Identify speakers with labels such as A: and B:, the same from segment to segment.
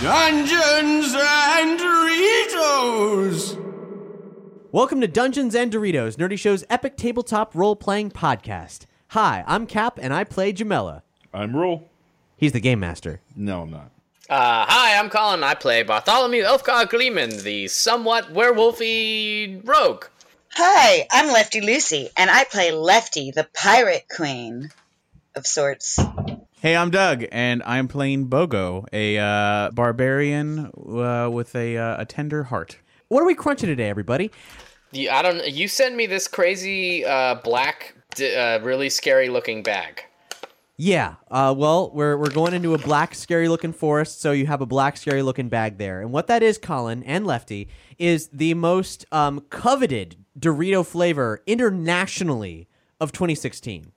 A: Dungeons and Doritos!
B: Welcome to Dungeons and Doritos, Nerdy Show's epic tabletop role playing podcast. Hi, I'm Cap, and I play Jamela.
C: I'm roll.
B: He's the game master.
C: No, I'm not.
D: Uh, hi, I'm Colin. I play Bartholomew Elfgar Gleeman, the somewhat werewolfy rogue.
E: Hi, I'm Lefty Lucy, and I play Lefty, the pirate queen of sorts.
F: Hey, I'm Doug, and I'm playing Bogo, a uh, barbarian uh, with a, uh, a tender heart.
B: What are we crunching today, everybody?
D: You, I don't. You send me this crazy uh, black, d- uh, really scary looking bag.
B: Yeah, uh, well, we're, we're going into a black, scary looking forest, so you have a black, scary looking bag there. And what that is, Colin and Lefty, is the most um, coveted Dorito flavor internationally of 2016.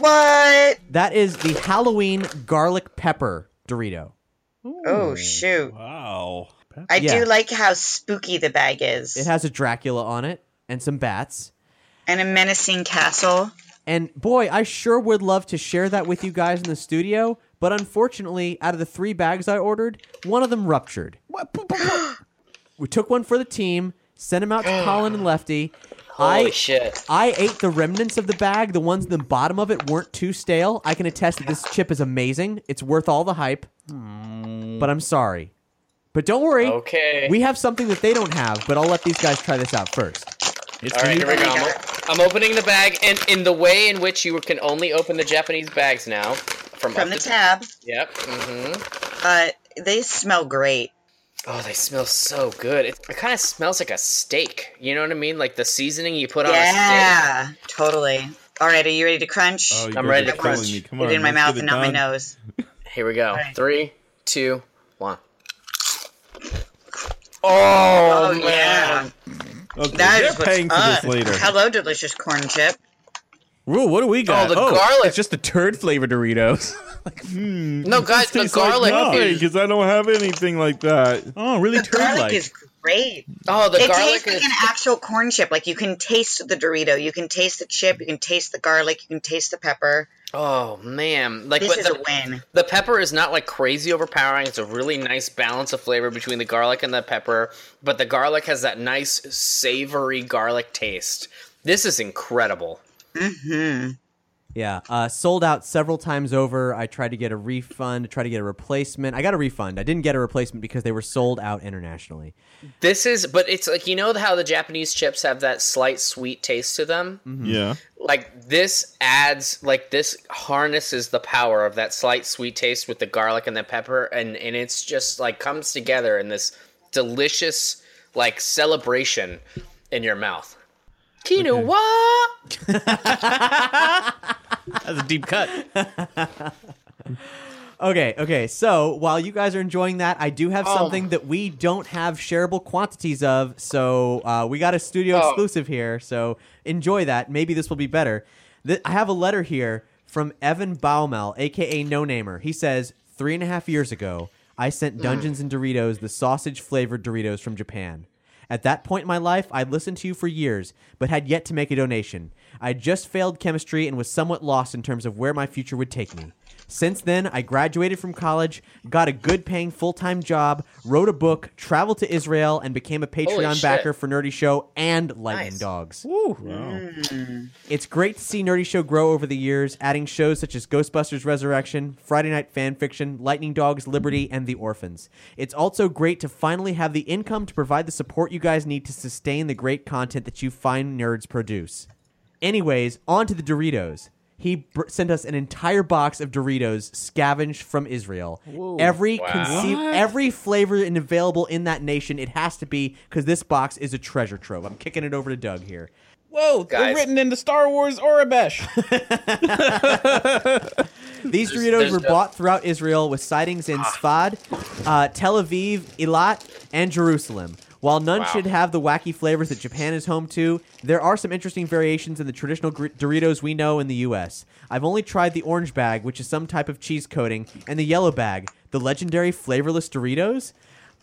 E: What?
B: That is the Halloween garlic pepper Dorito.
E: Oh, shoot.
C: Wow.
E: I
B: Yeah.
E: do like how spooky the bag is.
B: It has a Dracula on it and some bats.
E: and a menacing castle.
B: And boy, I sure would love to share that with you guys in the studio, but unfortunately, out of the three bags I ordered, one of them ruptured. we took one for the team, sent them out to Colin and Lefty.
D: Holy
B: I,
D: shit!
B: I ate the remnants of the bag. The ones in the bottom of it weren't too stale. I can attest that this chip is amazing. It's worth all the hype. But I'm sorry. But don't worry.
D: Hmm. Okay.
B: We have something that they don't have, but I'll let these guys try this out first.
F: It's
D: All right, here we go. I'm,
E: my
D: o- I'm opening the bag, and in the way in which you can only open the Japanese bags now, from
E: From
D: up
E: the
D: to-
E: tab,
D: Yep. Mm-hmm.
E: uh, they smell great.
D: Oh, they smell so good. It, it kind of smells like a steak. You know what I mean? Like the seasoning you put on a steak.
E: Yeah, totally. All right, are you ready to crunch?
C: you
D: I'm
C: guys
D: ready
C: are
D: to
C: Oh, killing
D: crunch.
C: me. Come
E: Get
C: on,
E: it in my
C: let's
E: mouth
C: get
E: and
C: it
E: not my
C: done.
E: nose.
D: Here we go.
E: right.
D: Three, two, one. Oh,
E: Oh, yeah.
C: Okay,
E: That
C: they're
E: is what's
C: paying for
E: up.
C: this later.
E: Hello, delicious corn chip.
F: Ooh, what do we got? Oh,
D: the garlic.
F: It's just the turd flavored Doritos.
D: No, guys, the
C: Tastes like
D: garlic.
C: nothing,
D: is-
C: because I don't have anything like that.
F: oh, really
E: The
F: turd
E: garlic
F: like.
E: is great.
D: Oh, the
E: it
D: garlic
E: tastes like
D: is.
E: an actual corn chip. Like you can taste the Dorito, you can taste the chip, you can taste the garlic, you can taste the pepper.
D: oh man, like
E: This
D: but
E: is
D: the,
E: a win.
D: the pepper is not like crazy overpowering. It's a really nice balance of flavor between the garlic and the pepper, but the garlic has that nice savory garlic taste. This is incredible.
B: Yeah, uh, sold out several times over. I tried to get a refund, tried to get a replacement. I got a refund. I didn't get a replacement because they were sold out internationally.
D: This is, but it's like you know how the Japanese chips have that slight sweet taste to them.
C: Yeah.
D: Like this adds, like this harnesses the power of that slight sweet taste with the garlic and the pepper, and and it's just like comes together in this delicious like celebration in your mouth. Quinoa.
F: That's a deep cut.
B: Okay, okay. So while you guys are enjoying that, I do have
D: Oh.
B: something that we don't have shareable quantities of. So uh, we got a studio
D: Oh.
B: exclusive here. So enjoy that. Maybe this will be better. Th- I have a letter here from Evan Baumel, aka No Namer. He says three and a half years ago, I sent
D: Mm.
B: Dungeons and Doritos the sausage flavored Doritos from Japan. At that point in my life, I'd listened to you for years, but had yet to make a donation. I had just failed chemistry and was somewhat lost in terms of where my future would take me. Since then, I graduated from college, got a good paying full time job, wrote a book, traveled to Israel, and became a Patreon
D: shit.
B: backer for Nerdy Show and Lightning
D: Nice.
B: Dogs.
C: Wow.
B: It's great to see Nerdy Show grow over the years, adding shows such as Ghostbusters Resurrection, Friday Night Fanfiction, Lightning Dogs, Liberty, and The Orphans. It's also great to finally have the income to provide the support you guys need to sustain the great content that you fine nerds produce. Anyways, on to the Doritos. He br- sent us an entire box of Doritos scavenged from Israel. Every conceive, every flavor and available in that nation, it has to be because this box is a treasure trove. I'm kicking it over to Doug here.
F: Whoa, they're
D: Guys.
F: written in the Star Wars Orabesh.
B: These Doritos
D: there's
B: were
D: no- Ah.
B: bought throughout Israel with sightings in Sfad, uh, Tel Aviv, Eilat, and Jerusalem. While none should have the wacky flavors that Japan is home to, there are some interesting variations in the traditional gr- Doritos we know in the U.S. I've only tried the orange bag, which is some type of cheese coating, and the yellow bag, the legendary flavorless Doritos.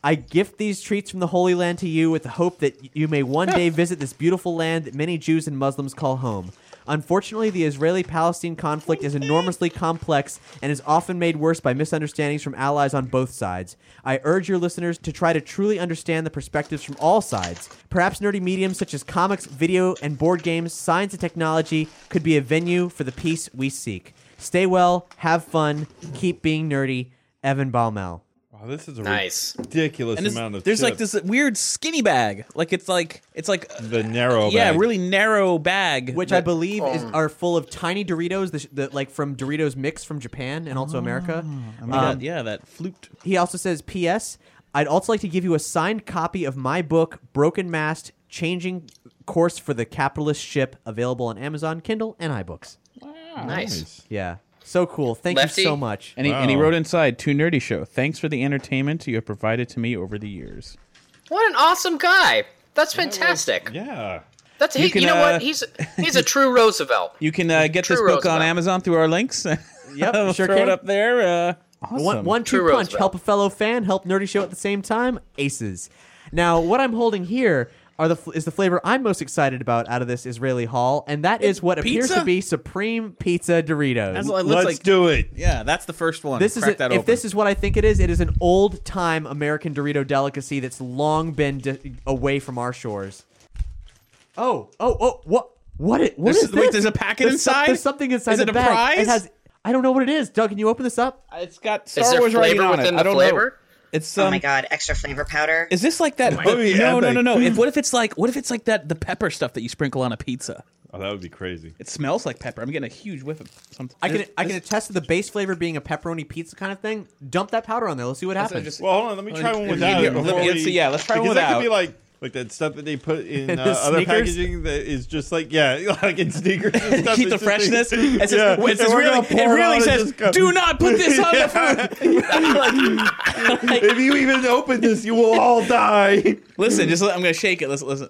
B: I gift these treats from the Holy Land to you with the hope that you may one day visit this beautiful land that many Jews and Muslims call home. Unfortunately, the Israeli Palestine conflict is enormously complex and is often made worse by misunderstandings from allies on both sides. I urge your listeners to try to truly understand the perspectives from all sides. Perhaps nerdy mediums such as comics, video, and board games, science, and technology could be a venue for the peace we seek. Stay well, have fun, keep being nerdy. Evan Baumel.
C: Wow, this is a
D: Nice.
C: ridiculous
F: and it's-
C: amount of
F: there's like
C: chips.
F: this weird skinny bag. Like it's like it's like
C: the narrow
F: yeah,
C: bag.
F: really narrow bag.
B: which I believe is, are full of tiny Doritos, the, the, like from Doritos Mix from Japan and also America.
C: Ah.
F: I mean, that- yeah, that flute.
B: He also says, P.S. I'd also like to give you a signed copy of my book, Broken Mast Changing Course for the Capitalist Ship, available on Amazon, Kindle, and iBooks.
D: Nice.
B: Yeah. So cool. Thank
D: Lefty?
B: you so much.
F: And he, and he
C: Wow.
F: wrote inside to Nerdy Show. Thanks for the entertainment you have provided to me over the years.
D: What an awesome guy. That's fantastic.
C: Yeah.
D: That's
F: You
D: he, you,
F: can,
D: know
F: uh,
D: what? He's he's a true Roosevelt.
F: You can uh, get
D: True
F: this book on
D: Roosevelt.
F: Amazon through our links.
B: Yep,
F: We'll
B: sure
F: throw
B: can.
F: it up there. Uh, awesome.
B: One, one two
D: True
B: punch.
D: Roosevelt.
B: Help a fellow fan. Help nerdy show at the same time. Aces. Now, what I'm holding here are the fl- is the flavor I'm most excited about out of this Israeli haul, and that is what appears
F: pizza?
B: to be Supreme Pizza Doritos.
F: That's what it looks
C: Let's
F: like.
C: do it.
F: Yeah, that's the first one.
B: this is
F: Crack
B: a-
F: that
B: if
F: open.
B: this is what I think it is. It is an old time American Dorito delicacy that's long been di- away from our shores. Oh, oh, oh! What? What? It, what
F: There's-
B: is
F: wait,
B: this?
F: there's a packet
B: There's some-
F: inside?
B: there's something inside
F: Is
B: the
F: it a
B: bag.
F: prize?
B: It has. I don't know what it is. Doug, can you open this up?
F: it's got Star
D: Is there
F: Wars writing on
D: flavor within
F: it.
D: the
F: I don't
D: flavor?
F: know. It's um,
E: Oh my god, extra flavor powder.
F: Is this like that?
C: That'd be
F: no, no, no,
C: epic.
F: no. If, what if it's like what if it's like that the pepper stuff that you sprinkle on a pizza?
C: Oh, that would be crazy.
F: It smells like pepper. I'm getting a huge whiff of something.
B: I can I can attest to the base flavor being a pepperoni pizza kind of thing. Dump that powder on there. Let's see what happens.
F: just-
C: Well, hold on. Let me try one
F: Here,
C: without.
F: here,
C: it
F: let me-
C: before
F: let's
C: we-
F: see, yeah, let's try one
C: because That could be
F: without.
C: like like that stuff that they put in
B: the
C: uh, other
B: sneakers?
C: packaging that is just like yeah, like in sneakers. And stuff,
F: Keep the
C: it's just like-
F: freshness. It's
C: yeah,
F: just- it's just
C: and we're
F: really,
C: gonna pour
F: it really
C: on
F: says,
C: just go-
F: "Do not put this on the food."
C: if you even open this, you will all die.
F: Listen, just I'm gonna shake it. Listen, listen.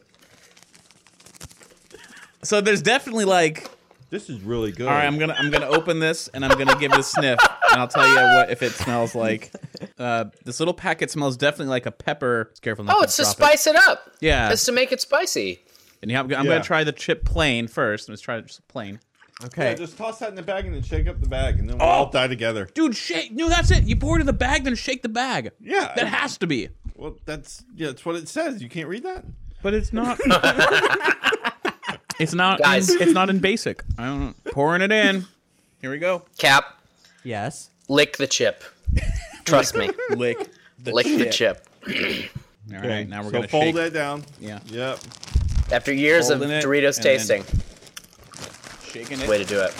F: So there's definitely like,
C: This is really good.
F: all right, I'm gonna I'm gonna open this and I'm gonna give it a sniff, and I'll tell you what if it smells like. Uh, this little packet smells definitely like a pepper. Careful, not
D: Oh,
F: to
D: it's to
F: drop it.
D: spice it, up.
F: Yeah.
D: It's to make it spicy.
F: And yeah, I'm, I'm
C: Yeah.
F: gonna try the chip plain first. Let's try just plain.
B: okay.
C: Yeah, just toss that in the bag and then shake up the bag, and then we'll
F: Oh!
C: all die together.
F: Dude, shake. No, that's it. You pour it in the bag, then shake the bag.
C: Yeah.
F: That has to be.
C: Well, that's yeah, that's what it says. You can't read that.
F: But it's not. it's not.
D: Guys.
F: it's not in basic. I don't know. pouring it in. Here we go.
D: Cap,
B: Yes.
D: lick the chip. Trust me.
F: Lick the
D: lick
F: chip.
D: the chip.
F: All right, now we're
C: so
F: gonna
C: fold
F: shake.
C: that down.
F: Yeah,
C: Yep.
D: After years
F: Folding
D: of
F: it
D: Doritos
F: and then-
D: tasting,
F: shaking it.
D: way to do it.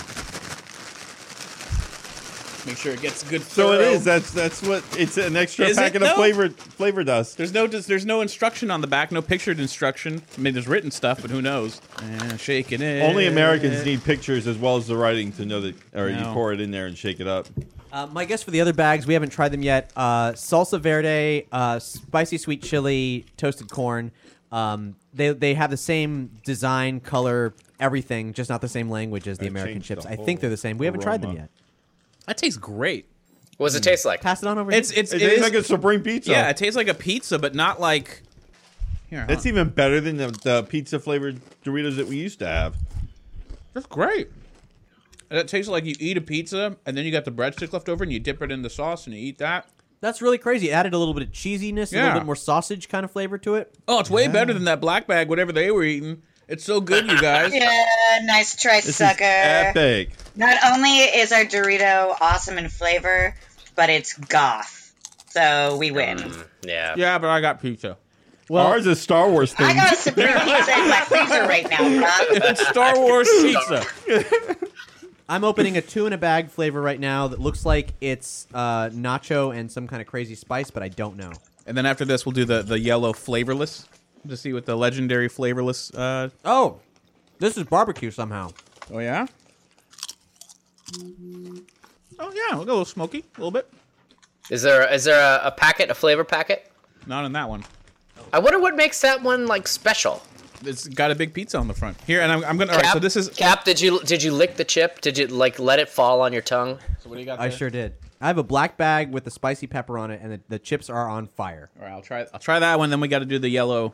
F: Make sure it gets good.
C: So it
F: thorough.
C: is. That's that's what it's an extra
F: Is it,
C: packet
F: though?
C: of flavor flavor dust.
F: There's no dis- there's no instruction on the back, no pictured instruction. I mean, there's written stuff, but who knows? And shaking it.
C: Only Americans need pictures as well as the writing to know that, or you
F: No.
C: pour it in there and shake it up.
B: Uh, my guess for the other bags, we haven't tried them yet. Uh, salsa verde, uh, spicy sweet chili, toasted corn. Um, they they have the same design, color, everything, just not the same language as the
C: That
B: American
C: changed
B: chips.
C: the
B: I think they're the same. We haven't tried them
C: aroma.
B: yet.
F: That tastes great.
D: What
F: Hmm.
D: does it taste like?
B: Pass it on over.
F: It's
B: here.
F: it's
C: It,
F: it
C: tastes
F: is-
C: like a supreme pizza.
F: yeah. It tastes like a pizza, but not like. Here,
C: That's
F: huh?
C: even better than the, the pizza flavored Doritos that we used to have.
F: that's great. That tastes like you eat a pizza and then you got the breadstick left over and you dip it in the sauce and you eat that.
B: that's really crazy. It added a little bit of cheesiness, a
F: Yeah.
B: little bit more sausage kind of flavor to it.
F: Oh, it's way better than that black bag, whatever they were eating. It's so good, you guys.
E: Yeah, nice try,
C: This is
E: sucker.
C: epic.
E: Not only is our Dorito awesome in flavor, but it's goth. So we win.
D: Yeah.
F: Yeah, but I got pizza.
C: Ours is Star Wars
E: I
C: thing.
E: got a supreme pizza in my freezer right now, Rob.
F: It's Star Wars pizza.
B: I'm opening a two in a bag flavor right now that looks like it's uh, nacho and some kind of crazy spice, but I don't know.
F: And then after this, we'll do the, the yellow flavorless to see what the legendary flavorless. Uh,
B: Oh, this is barbecue somehow.
F: oh, yeah? Oh, yeah. We'll go a little smoky, a little bit.
D: Is there is there a, a packet, a flavor packet?
F: Not on that one.
D: I wonder what makes that one like special.
F: It's got a big pizza on the front. Here, and I'm, I'm going to. All right,
D: Cap,
F: so this is.
D: Cap. Did you did you lick the chip? Did you like let it fall on your tongue?
F: So what do you got
B: I sure did. I have a black bag with the spicy pepper on it, and the, the chips are on fire.
F: All right, I'll try, I'll try that one. Then we got to do the yellow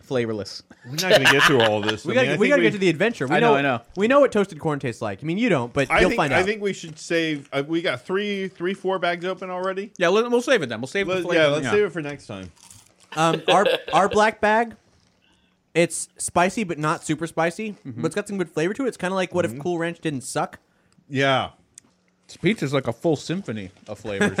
F: flavorless.
C: We're not going to get through all this.
B: We gotta, we gotta get to the adventure. We
F: I know, I know.
B: We know what toasted corn tastes like. I mean, you don't, but
C: I
B: you'll
C: think,
B: find out.
C: I think we should save. Uh, we got three, three, four bags open already.
F: Yeah, let, we'll save it then. We'll save the
C: Let-
F: flavor.
C: yeah, let's save it for next time.
B: um, our our black bag, it's spicy but not super spicy, but it's got some good flavor to it. It's kind of like what if Cool Ranch didn't suck?
C: Yeah.
F: This pizza's like a full symphony of flavors.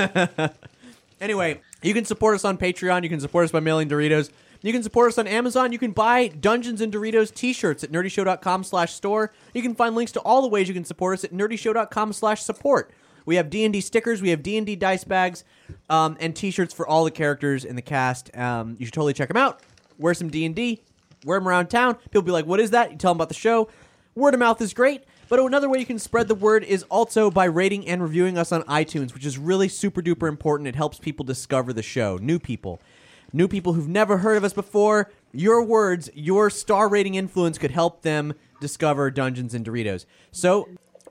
B: Anyway, you can support us on Patreon. You can support us by mailing Doritos. You can support us on Amazon. You can buy Dungeons and Doritos t-shirts at nerdyshow.com slash store. You can find links to all the ways you can support us at nerdyshow.com slash support. We have D&D stickers. We have D&D dice bags um, and t-shirts for all the characters in the cast. Um, you should totally check them out. Wear some D&D. Wear them around town. People be like, what is that? You tell them about the show. Word of mouth is great, but another way you can spread the word is also by rating and reviewing us on iTunes, which is really super duper important. It helps people discover the show, new people, new people who've never heard of us before. Your words, your star rating influence could help them discover Dungeons and Doritos. So,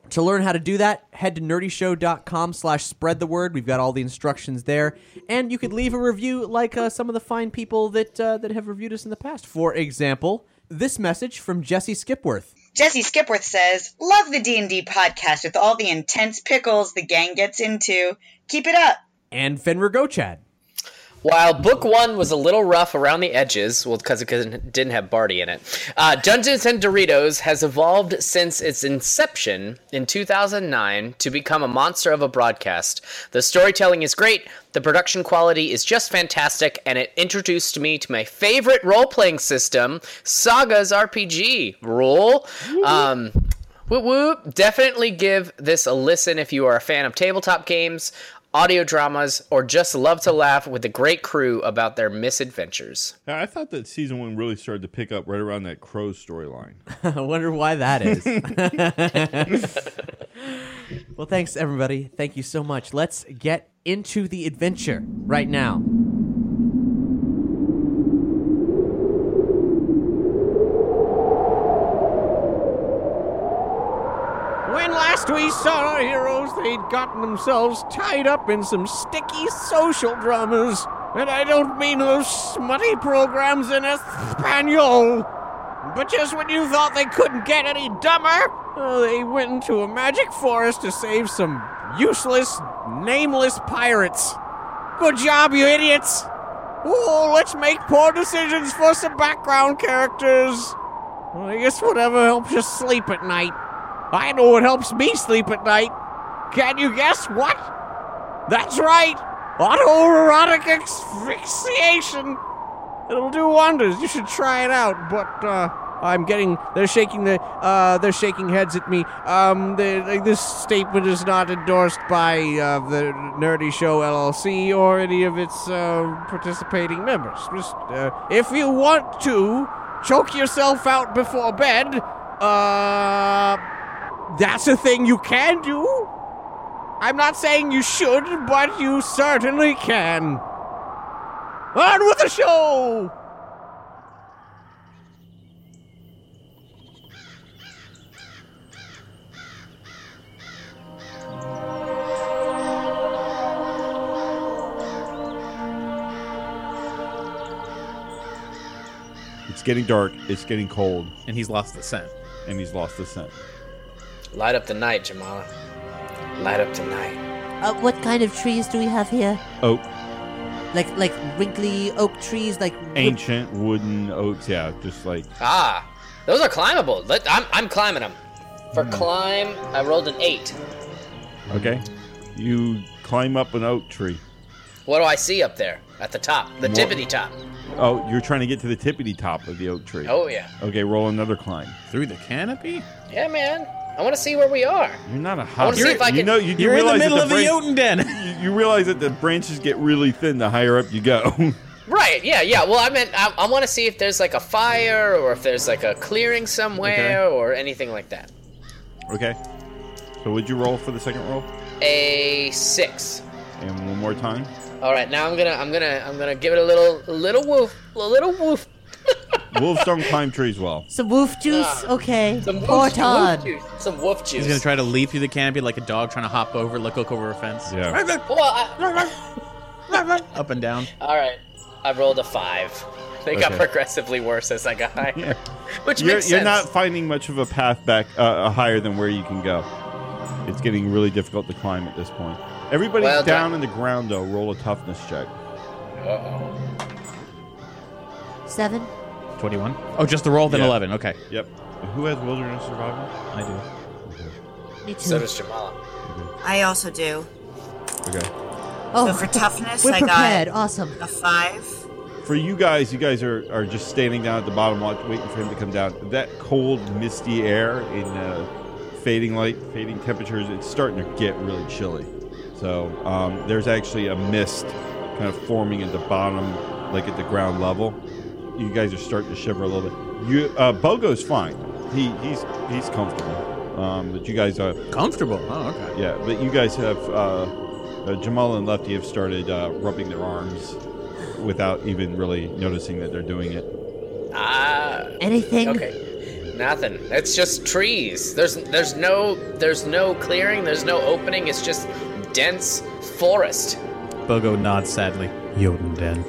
B: to learn how to do that, head to nerdyshow.com slash spread the word. We've got all the instructions there. And you could leave a review like uh, some of the fine people that, uh, that have reviewed us in the past. For example, this message from Jesse Skipworth.
E: Jesse Skipworth says, "Love the D and D podcast with all the intense pickles the gang gets into. Keep it up."
B: and Fenrir Gochad.
D: While book one was a little rough around the edges, well, because it couldn't- didn't have Barty in it, uh, Dungeons and Doritos has evolved since its inception in 2009 to become a monster of a broadcast. The storytelling is great, the production quality is just fantastic, and it introduced me to my favorite role playing system, Saga's RPG rule. Um, Whoop whoop. Definitely give this a listen if you are a fan of tabletop games, audio dramas, or just love to laugh with the great crew about their misadventures.
C: Now, I thought that season one really started to pick up right around that Crow storyline.
B: I wonder why that is. well, thanks everybody. Thank you so much. Let's get into the adventure right now.
G: When last we saw our heroes, they'd gotten themselves tied up in some sticky social dramas. And I don't mean those smutty programs in Espanol. But just when you thought they couldn't get any dumber, oh, they went into a magic forest to save some useless, nameless pirates. Good job, you idiots! Oh, let's make poor decisions for some background characters. Well, I guess whatever helps you sleep at night. I know what helps me sleep at night. Can you guess what? That's right, autoerotic asphyxiation. It'll do wonders. You should try it out. But uh, I'm getting they're shaking the uh, they're shaking heads at me. Um, they, they- this statement is not endorsed by uh, the Nerdy Show LLC or any of its uh, participating members. Just, uh, if you want to choke yourself out before bed, uh, that's a thing you can do. I'm not saying you should, but you certainly can. On with the show!
C: It's getting dark. It's getting cold.
F: And he's lost the scent.
C: And he's lost the scent.
D: Light up the night, Jamala. Light up the night.
H: Uh, what kind of trees do we have here?
C: Oak,
H: Like like wrinkly oak trees, like
C: ancient wooden oaks. Yeah, just like
D: Ah, those are climbable. Let, I'm, I'm climbing them. For
C: Hmm.
D: climb, I rolled an eight.
C: okay. You climb up an oak tree.
D: What do I see up there at the top? The
C: What?
D: tippity top.
C: Oh, you're trying to get to the tippity top of the oak tree.
D: Oh, yeah.
C: Okay, roll another climb
F: through the canopy.
D: Yeah, man. I want to see where we are.
C: You're not a
D: I wanna
C: hot.
D: see if I
C: you
D: can-
C: know, you do
D: You're in the
C: realize that
D: middle of the
F: Jotun
C: You, you realize that the branches get really thin the higher up you go.
D: Right. Yeah. Yeah. Well, I meant I, I want to see if there's like a fire or if there's like a clearing somewhere
C: Okay.
D: or anything like that.
C: okay. So, would you roll for the second roll?
D: A six.
C: And one more time.
D: All right. Now I'm gonna I'm gonna I'm gonna give it a little a little woof a little woof.
C: Wolves don't climb trees well.
H: some woof juice. okay,
D: Ah. Some woof,
H: poor
D: some
H: Todd.
D: woof juice. Some woof juice.
F: He's gonna try to leap through the canopy like a dog trying to hop over, look, look over a fence.
C: Yeah.
D: Well, I-
F: Up and down.
D: all right. I rolled a five. They got
C: Okay.
D: progressively worse as I got higher, which
C: you're,
D: makes
C: you're
D: sense.
C: not finding much of a path back uh, uh, higher than where you can go. It's getting really difficult to climb at this point. Everybody
D: Well
C: down
D: done.
C: in the ground though, roll a toughness check.
D: Uh-oh.
H: Seven.
F: Twenty-one. Oh, just the roll, then
C: Yeah.
F: eleven. Okay.
C: Yep. Who has wilderness survival?
F: I do.
H: Me too.
D: So does Jamala.
I: I also do.
C: Okay.
H: Oh,
I: so for toughness,
H: we're
I: I
H: prepared.
I: got
H: Awesome.
I: a five.
C: For you guys, you guys are, are just standing down at the bottom, watch, waiting for him to come down. That cold, misty air in uh, fading light, fading temperatures, it's starting to get really chilly. So um, there's actually a mist kind of forming at the bottom, like at the ground level. You guys are starting to shiver a little bit. You, uh, Bogo's fine. He, he's he's comfortable. Um, but you guys are
F: Comfortable. Oh, okay.
C: yeah. But you guys have uh, uh, Jamal and Lefty have started uh, rubbing their arms without even really noticing that they're doing it.
D: Ah.
H: Anything?
D: Okay. Nothing. It's just trees. There's there's no there's no clearing. There's no opening. It's just dense forest.
F: Bogo nods sadly. Jotun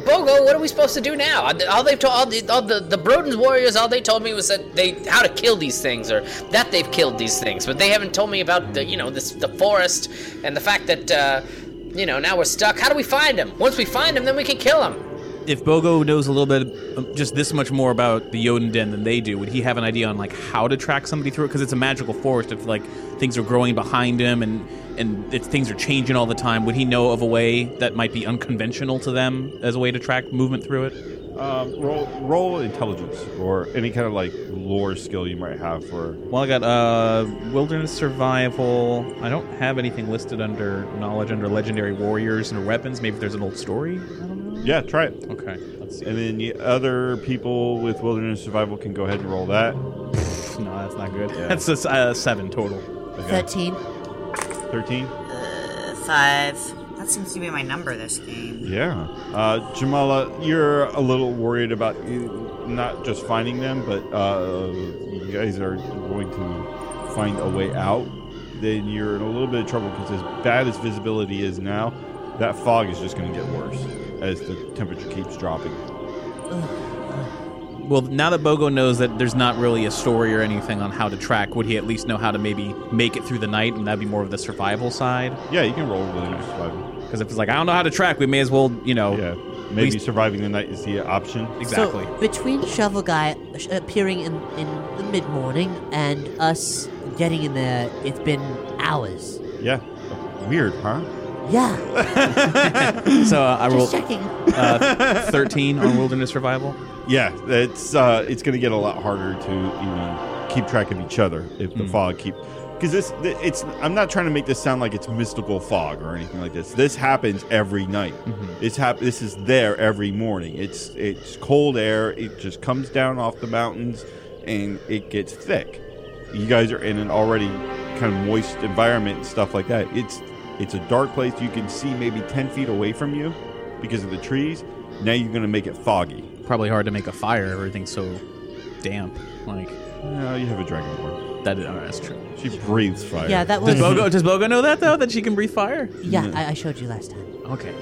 D: Bogo, what are we supposed to do now? All they've told all the, all the the Broden's warriors, all they told me was that they how to kill these things or that they've killed these things, but they haven't told me about the you know this the forest and the fact that uh, you know now we're stuck. How do we find them? Once we find them, then we can kill them.
F: If Bogo knows a little bit, um, just this much more about the Jotun Den than they do, would he have an idea on like how to track somebody through it? Because it's a magical forest. If like things are growing behind him and and if things are changing all the time, would he know of a way that might be unconventional to them as a way to track movement through it?
C: Um, roll, roll intelligence or any kind of like lore skill you might have for.
F: Well, I got uh, wilderness survival. I don't have anything listed under knowledge under legendary warriors and weapons. Maybe there's an old story. I don't know.
C: Yeah, try it.
F: Okay, let's see.
C: And then the other people with wilderness survival can go ahead and roll that.
F: No, that's not good. That's a s- uh, seven total.
H: Thirteen.
C: Thirteen.
I: A five. That seems to be my number this game.
C: Yeah. Uh, Jamala, you're a little worried about you not just finding them, but uh, you guys are going to find a way out. Then you're in a little bit of trouble because as bad as visibility is now, that fog is just going to get worse as the temperature keeps dropping.
F: Well, now that Bogo knows that there's not really a story or anything on how to track, would he at least know how to maybe make it through the night? And that'd be more of the survival side.
C: Yeah, you can roll wilderness survival.
F: Because if it's like I don't know how to track, we may as well, you know.
C: Yeah, maybe
F: Oh, least-
C: surviving the night is the option.
F: Exactly.
H: uh, So between Shovel Guy sh- appearing in in the mid morning and us getting in there. It's been hours.
C: Yeah. Weird, huh?
H: Yeah.
F: so uh, I
H: Just
F: rolled
H: checking.
F: uh, thirteen on wilderness survival.
C: Yeah, it's uh, it's going to get a lot harder to even keep track of each other if the
F: Mm.
C: fog keep because this th- it's I'm not trying to make this sound like it's mystical fog or anything like this. This happens every night. It's hap- This is there every morning. It's it's cold air. It just comes down off the mountains and it gets thick. You guys are in an already kind of moist environment and stuff like that. It's it's a dark place. You can see maybe ten feet away from you because of the trees. Now you're going to make it foggy.
F: Probably hard to make a fire. Everything's so damp. Like,
C: no, you have a dragonborn.
F: That is, all right, that's true.
C: She breathes fire.
H: Yeah, that was-
F: does Bogo. Does Bogo know that though? That she can breathe fire?
H: Yeah, I, I showed you last time.
F: Okay.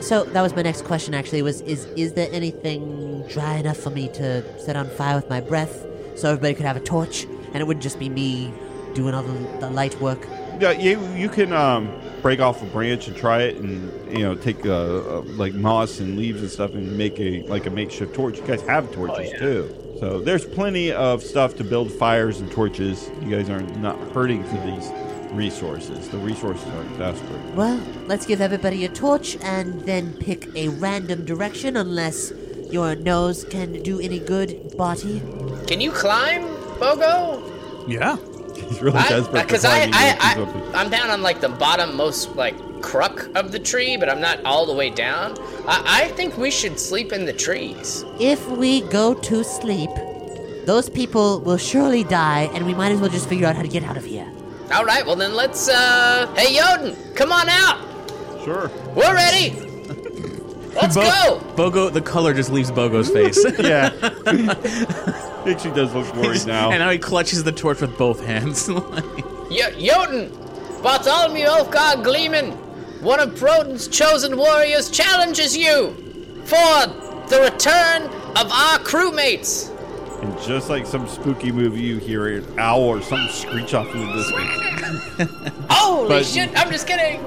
H: So that was my next question. Actually, was is is there anything dry enough for me to set on fire with my breath, so everybody could have a torch, and it wouldn't just be me doing all the, the light work?
C: Yeah, you you can um, break off a branch and try it, and you know take uh, uh, like moss and leaves and stuff, and make a like a makeshift torch. You guys have torches
D: Oh,
C: too, so there's plenty of stuff to build fires and torches. You guys are not hurting for these resources. The resources aren't desperate.
H: Well, let's give everybody a torch and then pick a random direction, unless your nose can do any good, Barty.
D: Can you climb, Bogo?
F: Yeah.
C: He's really desperate.
D: Because
C: for
D: I,
C: finding
D: I,
C: these resources.
D: I, I'm down on like the bottom most like crook of the tree, but I'm not all the way down. I, I think we should sleep in the trees.
H: If we go to sleep, those people will surely die, and we might as well just figure out how to get out of here.
D: All right, well then let's. uh Hey, Yoden, come on out.
C: Sure.
D: We're ready. Let's
F: Bo-
D: go.
F: Bogo. The color just leaves Bogo's face.
C: yeah. she does look worried now.
F: And now he clutches the torch with both hands.
D: Yo- Jotun, Bartholomew Ulfgar Gleeman, one of Broden's chosen warriors, challenges you for the return of our crewmates.
C: And just like some spooky movie, you hear an owl or something screech off in the distance.
D: Holy
C: But-
D: shit, I'm just kidding.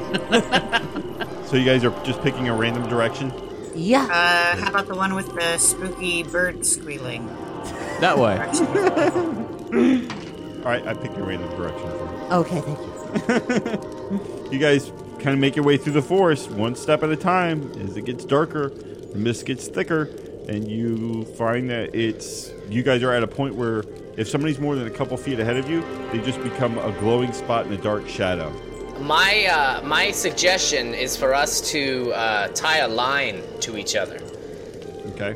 C: So you guys are just picking a random direction.
H: Yeah.
I: Uh, how about the one with the spooky bird squealing?
F: That way.
C: All right, I picked a random direction. For
H: Okay, thank you.
C: you. you guys kind of make your way through the forest, one step at a time. As it gets darker, the mist gets thicker, and you find that it's you guys are at a point where if somebody's more than a couple feet ahead of you, they just become a glowing spot in the dark shadow.
D: My uh, my suggestion is for us to uh, tie a line to each other
C: Okay.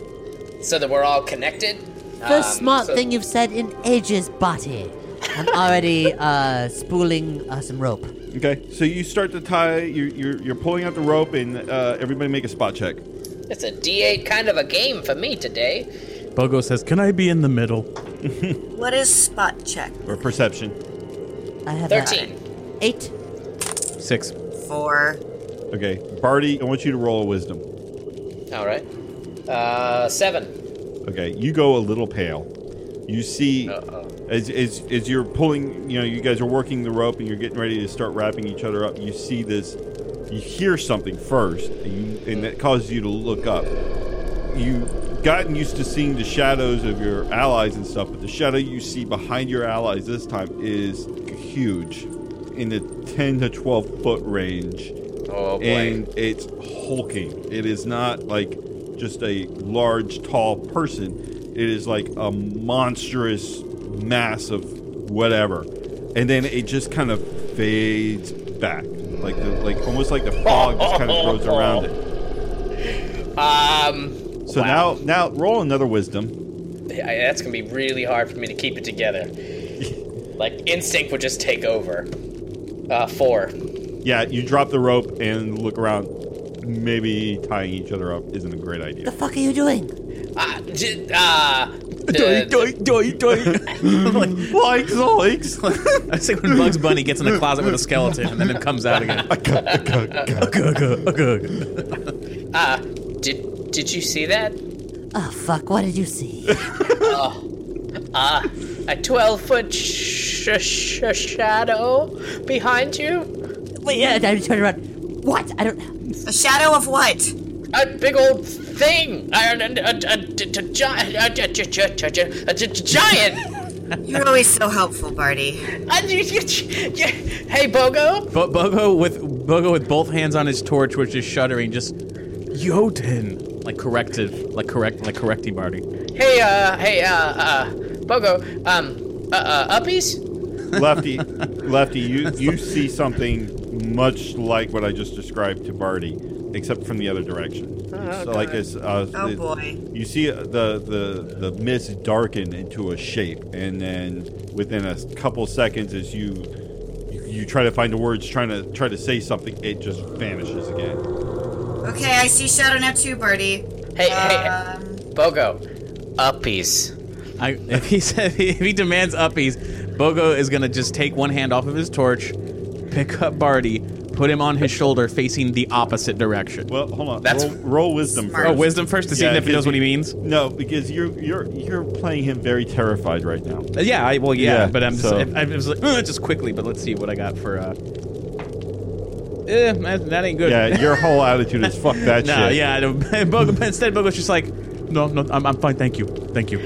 D: so that we're all connected.
H: The
D: Um,
H: smart
D: so-
H: thing you've said in ages, Barty. I'm already uh, spooling uh, some rope.
C: Okay. So you start to tie. You're you're, you're pulling out the rope, and uh, everybody make a spot check.
D: It's a D8 kind of a game for me today.
F: Bogo says, "Can I be in the middle?"
I: What is spot check?
C: or perception.
H: I have
I: a-
H: Eight.
F: Six.
I: Four.
C: Okay, Barty, I want you to roll a wisdom.
D: All right. Uh, seven.
C: Okay, you go a little pale. You see, as, as as you're pulling, you know, you guys are working the rope and you're getting ready to start wrapping each other up. You see this, you hear something first, and, you, and that causes you to look up. You've gotten used to seeing the shadows of your allies and stuff, but the shadow you see behind your allies this time is huge, in the ten to twelve foot range.
D: Oh boy.
C: And it's hulking. It is not like just a large, tall person. It is like a monstrous mass of whatever. And then it just kind of fades back. Like the like almost like the fog just kind of grows around it.
D: Um,
C: So now now roll another wisdom.
D: Yeah, that's gonna be really hard for me to keep it together. like instinct would just take over. Uh, four.
C: Yeah, you drop the rope and look around. Maybe tying each other up isn't a great idea.
H: Fuck are you doing?
D: Uh, j- uh,
F: Doink, doink, doink, doink.
C: Likes, likes.
F: I say when Bugs Bunny gets in the closet with a skeleton and then it comes out again.
D: uh, did did you see that?
H: Oh, fuck, what did you see?
D: Uh, a twelve foot sh- sh- shadow behind you.
H: Wait, yeah, I turned around. What? I don't.
I: A shadow of what?
D: A big old thing. A a a a a a a a a a a a a giant.
I: You're always so helpful, Barty.
D: hey, Bogo.
F: But Bogo with Bogo with both hands on his torch was just shuddering, just Yoden, like corrective, like correct, like correcting Barty.
D: Hey, uh, hey, uh, uh, Bogo, um, uh, uh, uppies?
C: Lefty, Lefty, you you see something much like what I just described to Barty, except from the other direction.
I: Oh,
C: so like
I: God.
C: this. Uh,
I: Oh,
C: it-
I: boy.
C: You see uh, the the the mist darken into a shape, and then within a couple seconds, as you you, you try to find the words, trying to try to say something, it just vanishes again.
I: Okay, I see shadow now too, Barty.
D: Hey,
I: uh,
D: Bogo, uppies.
F: I, if he said if he demands uppies, Bogo is gonna just take one hand off of his torch, pick up Barty, put him on his shoulder facing the opposite direction.
C: Well, hold on.
F: That's
C: roll, roll wisdom
F: Smart.
C: first.
F: Oh, wisdom first to see if he
C: because
F: knows what he means?
C: No, because you're you're you're playing him very terrified right now.
F: Uh, Yeah, I, well, yeah,
C: Yeah,
F: but I'm just,
C: so-
F: I, I was like, "Uh," just quickly, but let's see what I got for. Uh, eh, that, that ain't good.
C: Yeah, your whole attitude is fuck that
F: no,
C: shit.
F: yeah, I don't- Bogo, instead, Bogo's just like, no, no, I'm, I'm fine, thank you, thank you.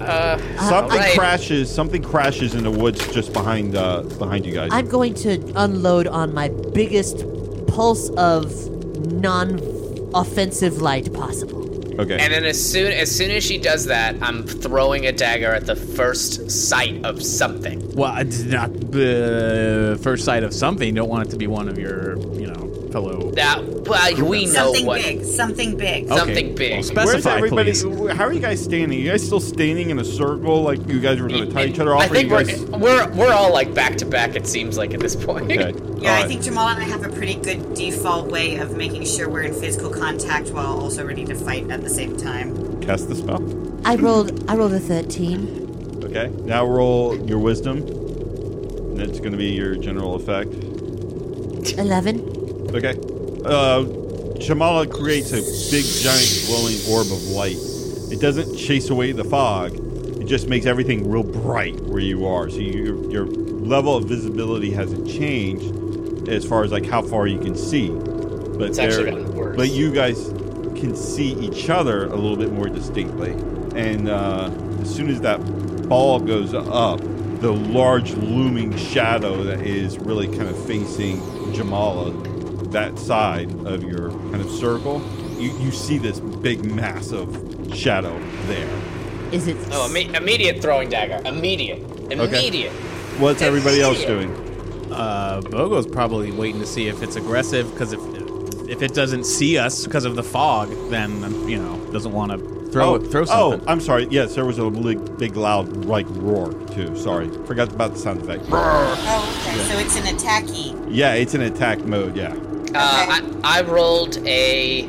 D: Uh,
C: Something
H: Alright.
C: crashes. Something crashes in the woods just behind uh, behind you guys.
H: I'm going to unload on my biggest pulse of non offensive light possible.
C: okay.
D: And then as soon as soon as she does that, I'm throwing a dagger at the first sight of something.
F: Well, it's not the first sight of something. Don't want it to be one of your, you know, fellow.
D: That well, we know
I: something
D: what. Oh,
I: big. Something big.
F: Okay. Something big. Well, specify,
C: Where's everybody?
F: please.
C: wh- How are you guys standing? you guys still standing in a circle like you guys were going to tie each other off?
D: I
C: or you
D: think we're,
C: guys?
D: we're we're all like back to back. It seems like at this point.
C: Okay.
I: Yeah,
C: All
I: I
C: right.
I: think Jamal and I have a pretty good default way of making sure we're in physical contact while also ready to fight at the same time.
C: Cast the spell.
H: I rolled I rolled a 13.
C: Okay. Now roll your wisdom. And it's going to be your general effect.
H: 11.
C: Okay. Uh, Shamala creates a big, giant, glowing orb of light. It doesn't chase away the fog. It just makes everything real bright where you are. So you, your level of visibility hasn't changed as far as like how far you can see. But
D: It's actually
C: there-
D: gotten worse.
C: but you guys can see each other a little bit more distinctly. And uh, as soon as that ball goes up, the large looming shadow that is really kind of facing Jamala, that side of your kind of circle, you, you see this big mass of shadow there.
H: Is it?
D: Oh, imme- immediate throwing dagger. Immediate. Immediate.
C: What's everybody else doing?
F: Uh, Bogo's probably waiting to see if it's aggressive because if if it doesn't see us because of the fog, then you know doesn't want to throw
C: oh,
F: throw something.
C: Oh, I'm sorry. Yes, there was a big, big loud like roar too. Sorry, forgot about the sound effect.
I: Oh, okay. So it's an attacky.
C: Yeah, it's in attack mode. Yeah.
D: Uh, I, I rolled a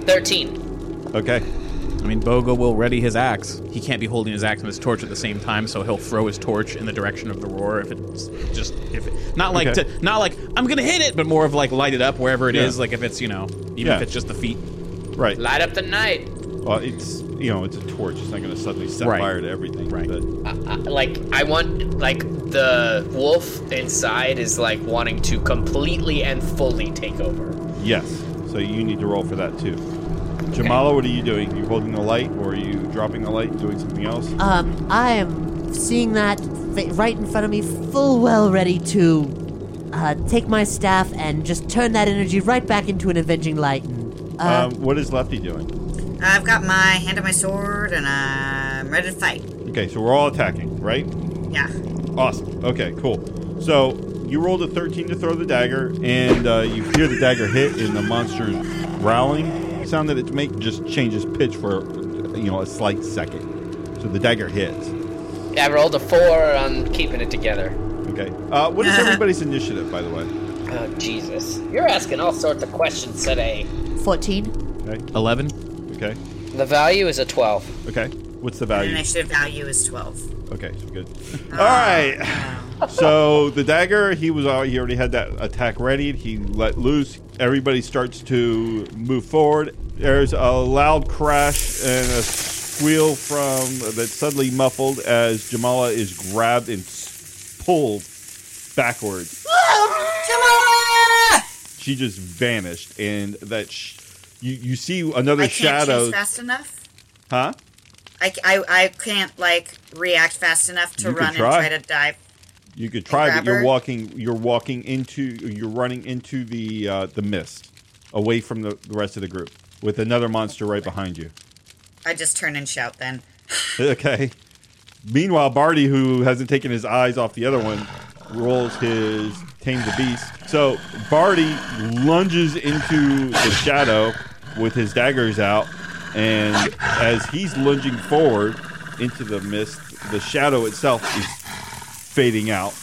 D: thirteen.
C: Okay.
F: I mean, Bogo will ready his axe. He can't be holding his axe and his torch at the same time, so he'll throw his torch in the direction of the roar if it's just if it, not like
C: Okay.
F: to, not like I'm gonna hit it, but more of like light it up wherever it is.
C: Yeah.
F: Like if it's you know even
C: Yeah.
F: if it's just the feet.
C: Right.
D: Light up the night.
C: Well, it's you know it's a torch. It's not going to suddenly set
F: Right.
C: fire to everything. Right. But
D: I, I, like I want like the wolf inside is like wanting to completely and fully take over.
C: yes, so you need to roll for that too. Jamala, what are you doing? you holding the light, or are you dropping the light, doing something else?
H: Um, I am seeing that fa- right in front of me, full well ready to uh, take my staff and just turn that energy right back into an avenging light. And, uh,
C: um, what is Lefty doing?
I: I've got my hand on my sword and
E: uh,
I: I'm ready to fight.
C: Okay, so we're all attacking, right?
I: Yeah.
C: Awesome. Okay, cool. So you rolled a 13 to throw the dagger, and uh, you hear the dagger hit, and the monster's growling sound that it makes just changes pitch for you know a slight second. So the dagger hits.
D: I rolled a four on keeping it together.
C: Okay. Uh, what is everybody's initiative, by the way?
D: Oh Jesus! You're asking all sorts of questions today.
C: Um,
H: 14.
C: Okay.
F: Eleven.
C: Okay.
D: The value is a twelve.
C: Okay. What's the
I: And
C: value?
I: initiative value is 12.
C: Okay, so good. All right.
I: Ah,
C: So the dagger, he was al- he already had that attack ready. He let loose. Everybody starts to move forward. There's a loud crash and a squeal from that's suddenly muffled as Jamala is grabbed and s- pulled backwards. She just vanished, and that sh- you you see another
I: I can't
C: shadow.
I: chase fast enough.
C: Huh?
I: I, I, I can't like react fast enough to
C: You could
I: run
C: try.
I: and try to dive.
C: You could try, but you're
I: Grabber?
C: walking. You're walking into. You're running into the uh, the mist, away from the, the rest of the group, with another monster right behind you.
I: I just turn and shout then.
C: Okay. Meanwhile, Barty, who hasn't taken his eyes off the other one, rolls his tame the beast. So Barty lunges into the shadow with his daggers out, and as he's lunging forward into the mist, the shadow itself is fading out,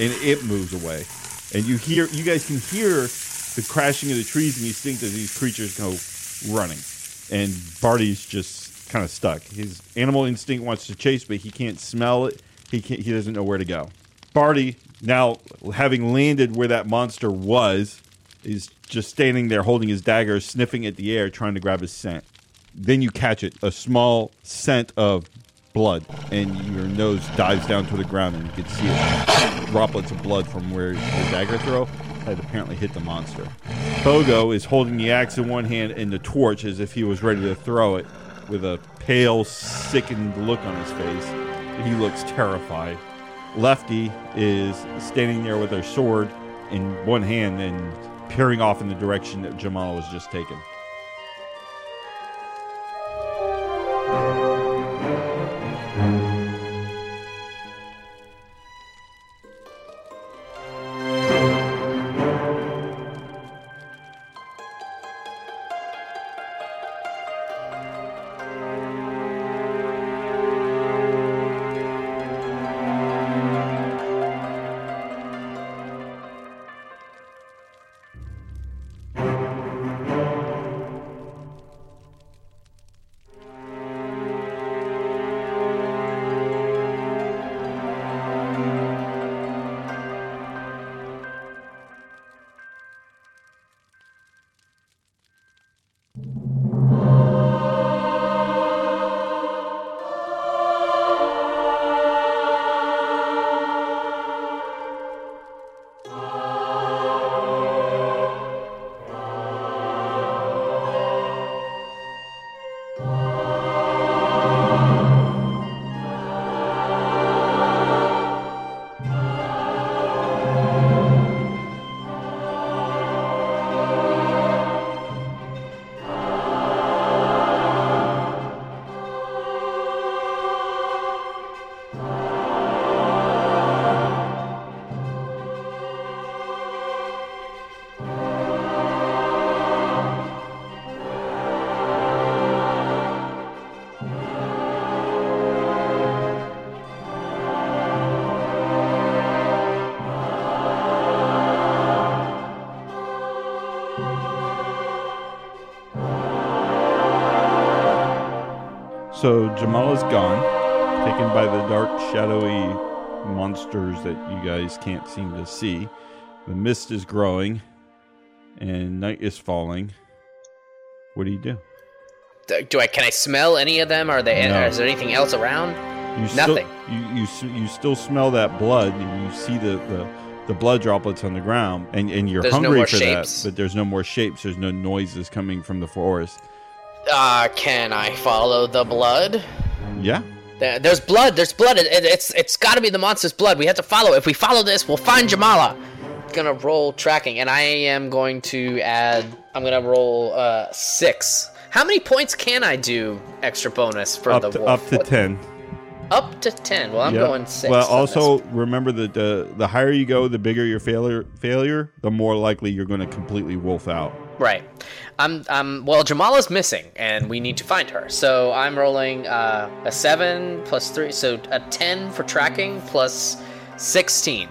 C: and it moves away. And you hear, you guys can hear the crashing of the trees, and you think that these creatures go running. And Barty's just kind of stuck. His animal instinct wants to chase, but he can't smell it. He can't, he doesn't know where to go. Barty, now having landed where that monster was, is just standing there holding his dagger, sniffing at the air, trying to grab his scent. Then you catch it, a small scent of blood, and your nose dives down to the ground, and you can see it. droplets of blood from where the dagger throw had apparently hit the monster. Bogo is holding the axe in one hand and the torch as if he was ready to throw it, with a pale, sickened look on his face. He looks terrified. Lefty is standing there with her sword in one hand and peering off in the direction that Jamal was just taken. So Jamal is gone, taken by the dark, shadowy monsters that you guys can't seem to see. The mist is growing, and night is falling. What do you do?
D: D- Do I? Can I smell any of them? Are they?
C: No.
D: Is there anything else around?
C: You
D: Nothing.
C: Still, you, you s- you still smell that blood, and you see the, the, the blood droplets on the ground, and, and you're
D: There's no
C: hungry
D: more
C: for
D: shapes.
C: that. But there's no more shapes. There's no noises coming from the forest.
D: Uh, can I follow the blood?
C: Yeah.
D: There- There's blood. There's blood. It, it- it's it's got to be the monster's blood. We have to follow. it. If we follow this, we'll find Jamala. Gonna roll tracking, and I am going to add. I'm gonna roll uh six. How many points can I do extra bonus for
C: Up
D: the
C: to,
D: wolf?
C: up to ten.
D: Up to ten. Well, I'm
C: Yeah.
D: going six.
C: Well,
D: on this
C: also remember that the the higher you go, the bigger your failure failure, the more likely you're going to completely wolf out.
D: Right. I'm. I'm. Well, Jamala's missing, and we need to find her. So I'm rolling uh, a seven plus three, so a ten for tracking plus sixteen.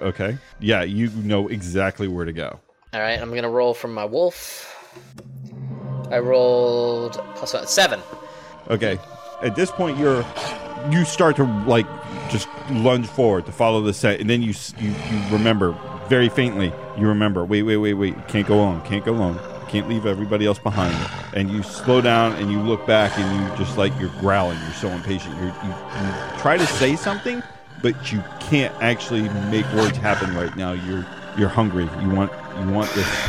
C: Okay. Yeah, you know exactly where to go.
D: All right. I'm gonna roll from my wolf. I rolled plus one, seven.
C: Okay. At this point, you're you start to like just lunge forward to follow the scent, and then you s- you, you remember very faintly. You remember. Wait, wait, wait, wait. Can't go on. Can't go on. Can't leave everybody else behind. And you slow down and you look back and you just like you're growling. You're so impatient. You're, you you try to say something, but you can't actually make words happen right now. You're you're hungry. You want you want this.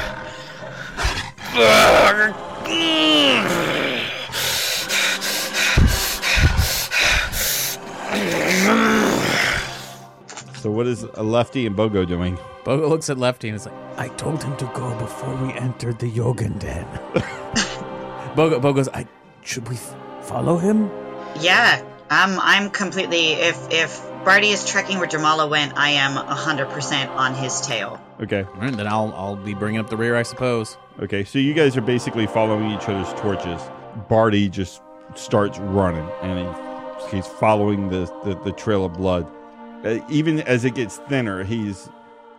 C: So what is a lefty and Bogo doing?
F: Bogo looks at lefty and is like, I told him to go before we entered the Jorgen den. Bogo, Bogo's, I, should we f- follow him?
E: Yeah, I'm I'm completely if if Barty is trekking where Jamala went, I am hundred percent on his tail.
C: Okay.
F: All right, then I'll I'll be bringing up the rear, I suppose.
C: Okay, so you guys are basically following each other's torches. Barty just starts running, and he, he's following the, the, the trail of blood. Uh, even as it gets thinner, he's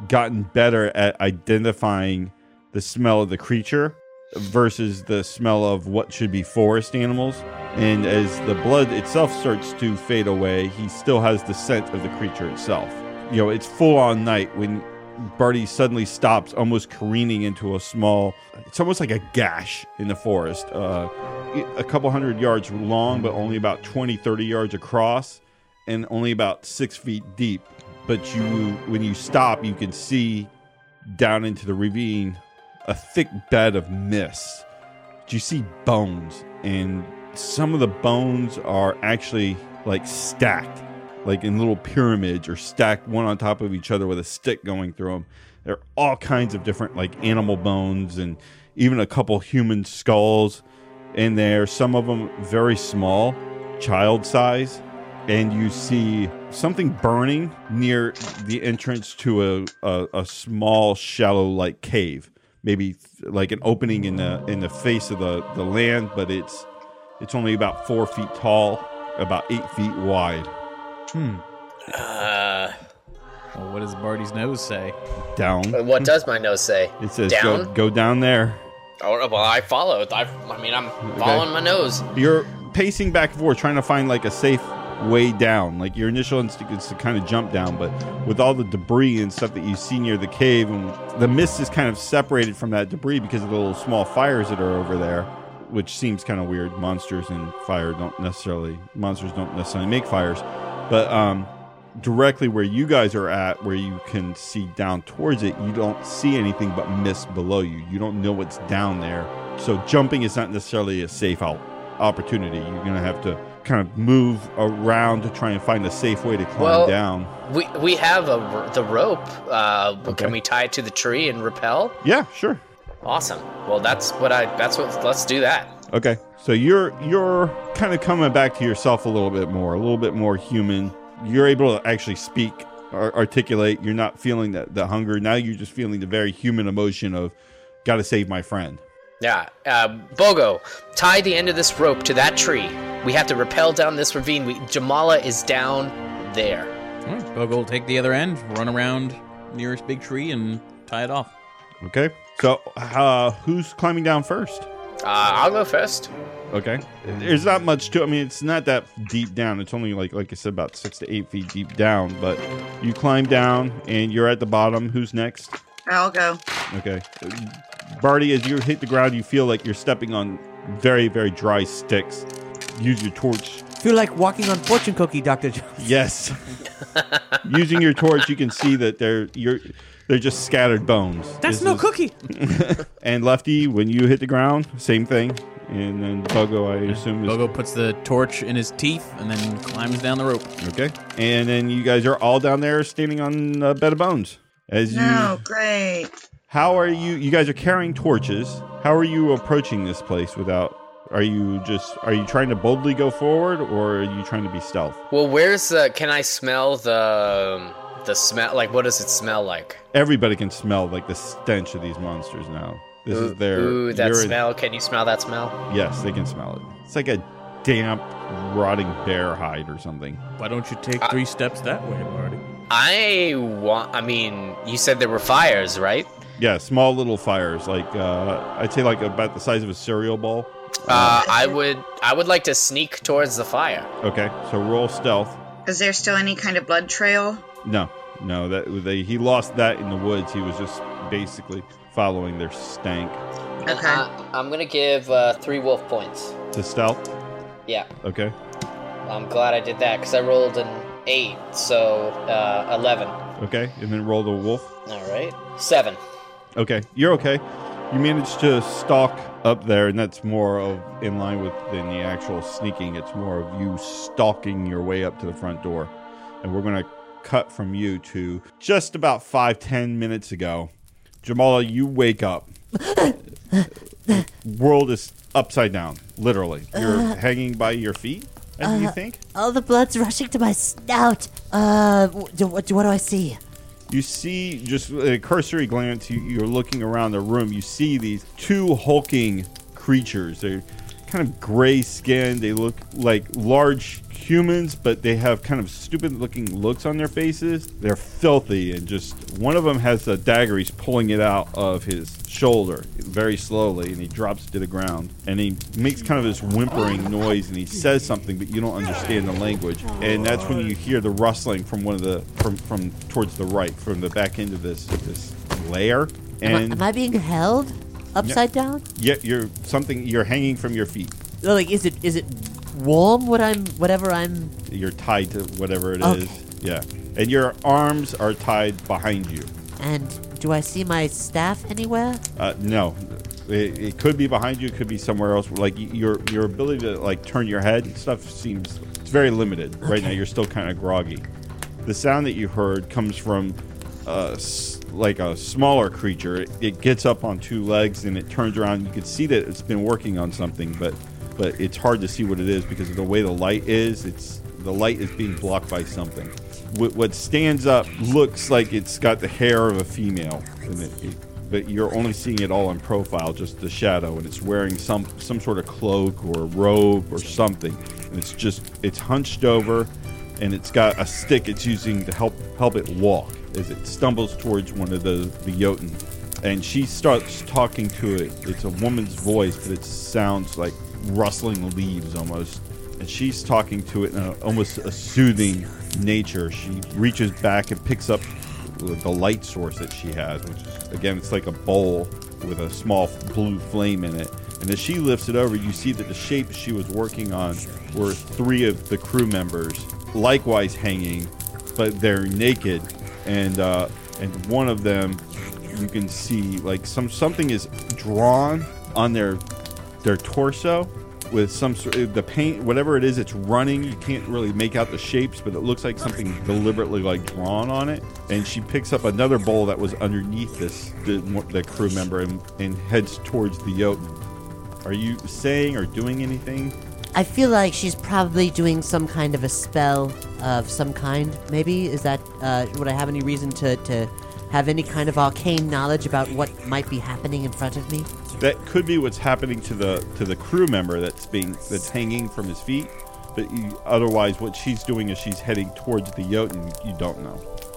C: gotten better at identifying the smell of the creature versus the smell of what should be forest animals. And as the blood itself starts to fade away, he still has the scent of the creature itself. You know, it's full on night when Barty suddenly stops, almost careening into a small, it's almost like a gash in the forest, uh, a couple hundred yards long, but only about 20, 30 yards across, and only about six feet deep. But you, when you stop, you can see down into the ravine a thick bed of mist. You see bones, and some of the bones are actually like stacked, like in little pyramids or stacked one on top of each other with a stick going through them. There are all kinds of different like animal bones and even a couple human skulls in there. Some of them very small, child size. And you see something burning near the entrance to a, a, a small, shallow like cave maybe th- like an opening in the in the face of the the land, but it's it's only about four feet tall, about eight feet wide.
F: Hmm. Uh, well, what does Barty's nose say?
C: Down.
D: But What does my nose say?
C: It says
D: Uh, down.
C: Go, go down there.
D: Oh, well, I followed. I, I mean, I'm following my nose.
C: You're pacing back and forth, trying to find like a safe way down. Like your initial instinct is to kind of jump down, but with all the debris and stuff that you see near the cave, and the mist is kind of separated from that debris because of the little small fires that are over there, which seems kind of weird. Monsters and fire don't necessarily monsters don't necessarily make fires, but um, directly where you guys are at, where you can see down towards it, you don't see anything but mist below you. You don't know what's down there, so jumping is not necessarily a safe out opportunity. You're gonna have to kind of move around to try and find a safe way to climb
D: Well-
C: down.
D: We we have a r the rope. Uh,
C: Okay.
D: Can we tie it to the tree and rappel?
C: Yeah, sure.
D: Awesome. Well, that's what I. That's what. Let's do that.
C: Okay. So you're you're kind of coming back to yourself a little bit more, a little bit more human. You're able to actually speak, ar- articulate. You're not feeling that the hunger. Now you're just feeling the very human emotion of, gotta save my friend.
D: Yeah. Uh, Bogo, tie the end of this rope to that tree. We have to rappel down this ravine. We, Jamala is down there.
F: All right, Bogo will take the other end, run around nearest big tree, and tie it off.
C: Okay. So uh, who's climbing down first?
D: Uh, I'll go first.
C: Okay. There's not much to. I mean, it's not that deep down. It's only like like I said, about six to eight feet deep down. But you climb down and you're at the bottom. Who's next?
E: I'll go.
C: Okay. Barty, as you hit the ground, you feel like you're stepping on very, very dry sticks. Use your torch.
B: Feel like walking on fortune cookie, Doctor Jones.
C: Yes. Using your torch, you can see that they're you're they're just scattered bones. This is-
F: cookie.
C: And Lefty, when you hit the ground, same thing. And then Bogo, I assume. Is-
F: Bogo puts the torch in his teeth and then climbs down the rope.
C: Okay. And then you guys are all down there standing on a bed of bones. As you,
E: No, great.
C: how are you? You guys are carrying torches. How are you approaching this place without? Are you just? Are you trying to boldly go forward, or are you trying to be stealth?
D: Well, where's the? Can I smell the? The smell. Like, what does it smell like?
C: Everybody can smell like the stench of these monsters now. This is their
D: Ooh, that
C: urine-
D: smell. Can you smell that smell?
C: Yes, they can smell it. It's like a damp, rotting bear hide or something.
F: Why don't you take three steps that way, Marty?
D: I want. I mean, you said there were fires, right?
C: Yeah, small little fires, like uh, I'd say, like about the size of a cereal ball.
D: Uh, I would. I would like to sneak towards the fire.
C: Okay, so roll stealth.
E: Is there still any kind of blood trail?
C: No, no, that they, he lost that in the woods. He was just basically following their stank
D: Uh,
E: Okay.
D: I'm gonna give uh, three wolf points.
C: to stealth.
D: Yeah,
C: Okay,
D: I'm glad I did that because I rolled an eight, so uh, eleven.
C: okay, and then roll the wolf.
D: All right, seven.
C: Okay, you're okay. You managed to stalk up there, and that's more of in line with than the actual sneaking. It's more of you stalking your way up to the front door, and we're gonna cut from you to just about five, ten minutes ago. Jamala, you wake up. World is upside down, literally. You're
H: Uh.
C: hanging by your feet, as you
H: Uh,
C: think.
H: All the blood's rushing to my snout. Uh, wh- do, what, do- what do I see?
C: You see, just a cursory glance, you, you're looking around the room. You see these two hulking creatures. They're kind of gray skinned. They look like large humans, but they have kind of stupid looking looks on their faces. They're filthy, and just one of them has a dagger. He's pulling it out of his shoulder very slowly, and he drops it to the ground. And he makes kind of this whimpering noise, and he says something, but you don't understand the language. And that's when you hear the rustling from one of the from from towards the right, from the back end of this this lair.
H: Am I-
C: And
H: am I being held upside down?
C: yeah, you're something. You're hanging from your feet.
H: No, Like, is it is it warm? What I'm, whatever I'm.
C: You're tied to whatever it is.
H: Okay.
C: Yeah, and your arms are tied behind you.
H: And do I see my staff anywhere?
C: Uh, no, it, it could be behind you. It could be somewhere else. Like y- your your ability to like turn your head and stuff seems it's very limited right now. You're still kind of groggy. The sound that you heard comes from uh, s- like a smaller creature. It, it gets up on two legs and it turns around. You can see that it's been working on something, but but it's hard to see what it is because of the way the light is. It's the light is being blocked by something. What, what stands up looks like it's got the hair of a female, and it, it, but you're only seeing it all in profile, just the shadow, and it's wearing some some sort of cloak or robe or something, and it's just it's hunched over, and it's got a stick it's using to help help it walk as it stumbles towards one of the the Jotun, and she starts talking to it. It's a woman's voice, but it sounds like rustling leaves almost. And she's talking to it in a, almost a soothing nature. She reaches back and picks up the light source that she has, which is, again, it's like a bowl with a small blue flame in it. And as she lifts it over, you see that the shape she was working on were three of the crew members, likewise hanging, but they're naked, and uh, and one of them, you can see like some something is drawn on their their torso with some sort eh, the paint whatever it is it's running you can't really make out the shapes but it looks like something deliberately like drawn on it and she picks up another bowl that was underneath this the, the crew member and, and heads towards the jotun are you saying or doing anything
H: I feel like she's probably doing some kind of a spell of some kind. Maybe is that uh, would I have any reason to to have any kind of arcane knowledge about what might be happening in front of me?
C: that could be what's happening to the to the crew member that's being that's hanging from his feet but you, otherwise what she's doing is she's heading towards the jotun you don't know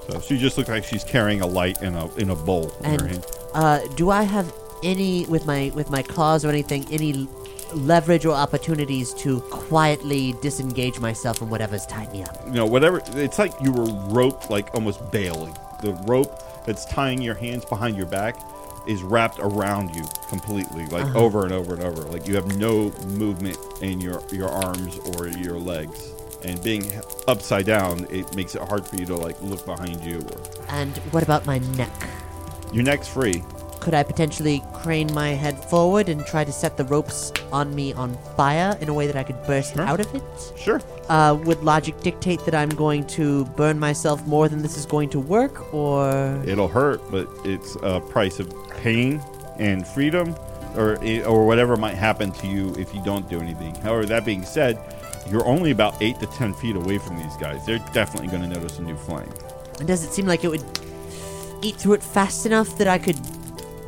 C: so she just looks like she's carrying a light in a in a bowl in her hand
H: And uh, do I have any with my with my claws or anything any leverage or opportunities to quietly disengage myself from whatever's tied me up?
C: you know, whatever. It's like you were roped, like almost bailing. The rope that's tying your hands behind your back is wrapped around you completely, like
H: Uh-huh.
C: over and over and over. Like you have no movement in your your arms or your legs. And being upside down, it makes it hard for you to like look behind you. Or,
H: And what about my neck?
C: your neck's free.
H: Could I potentially crane my head forward and try to set the ropes on me on fire in a way that I could burst out of it?
C: Sure.
H: Uh, would logic dictate that I'm going to burn myself more than this is going to work, or
C: It'll hurt, but it's a price of pain and freedom, or eh, or whatever might happen to you if you don't do anything. However, that being said, you're only about eight to ten feet away from these guys. They're definitely going to notice a new flame.
H: and does it seem like it would eat through it fast enough that I could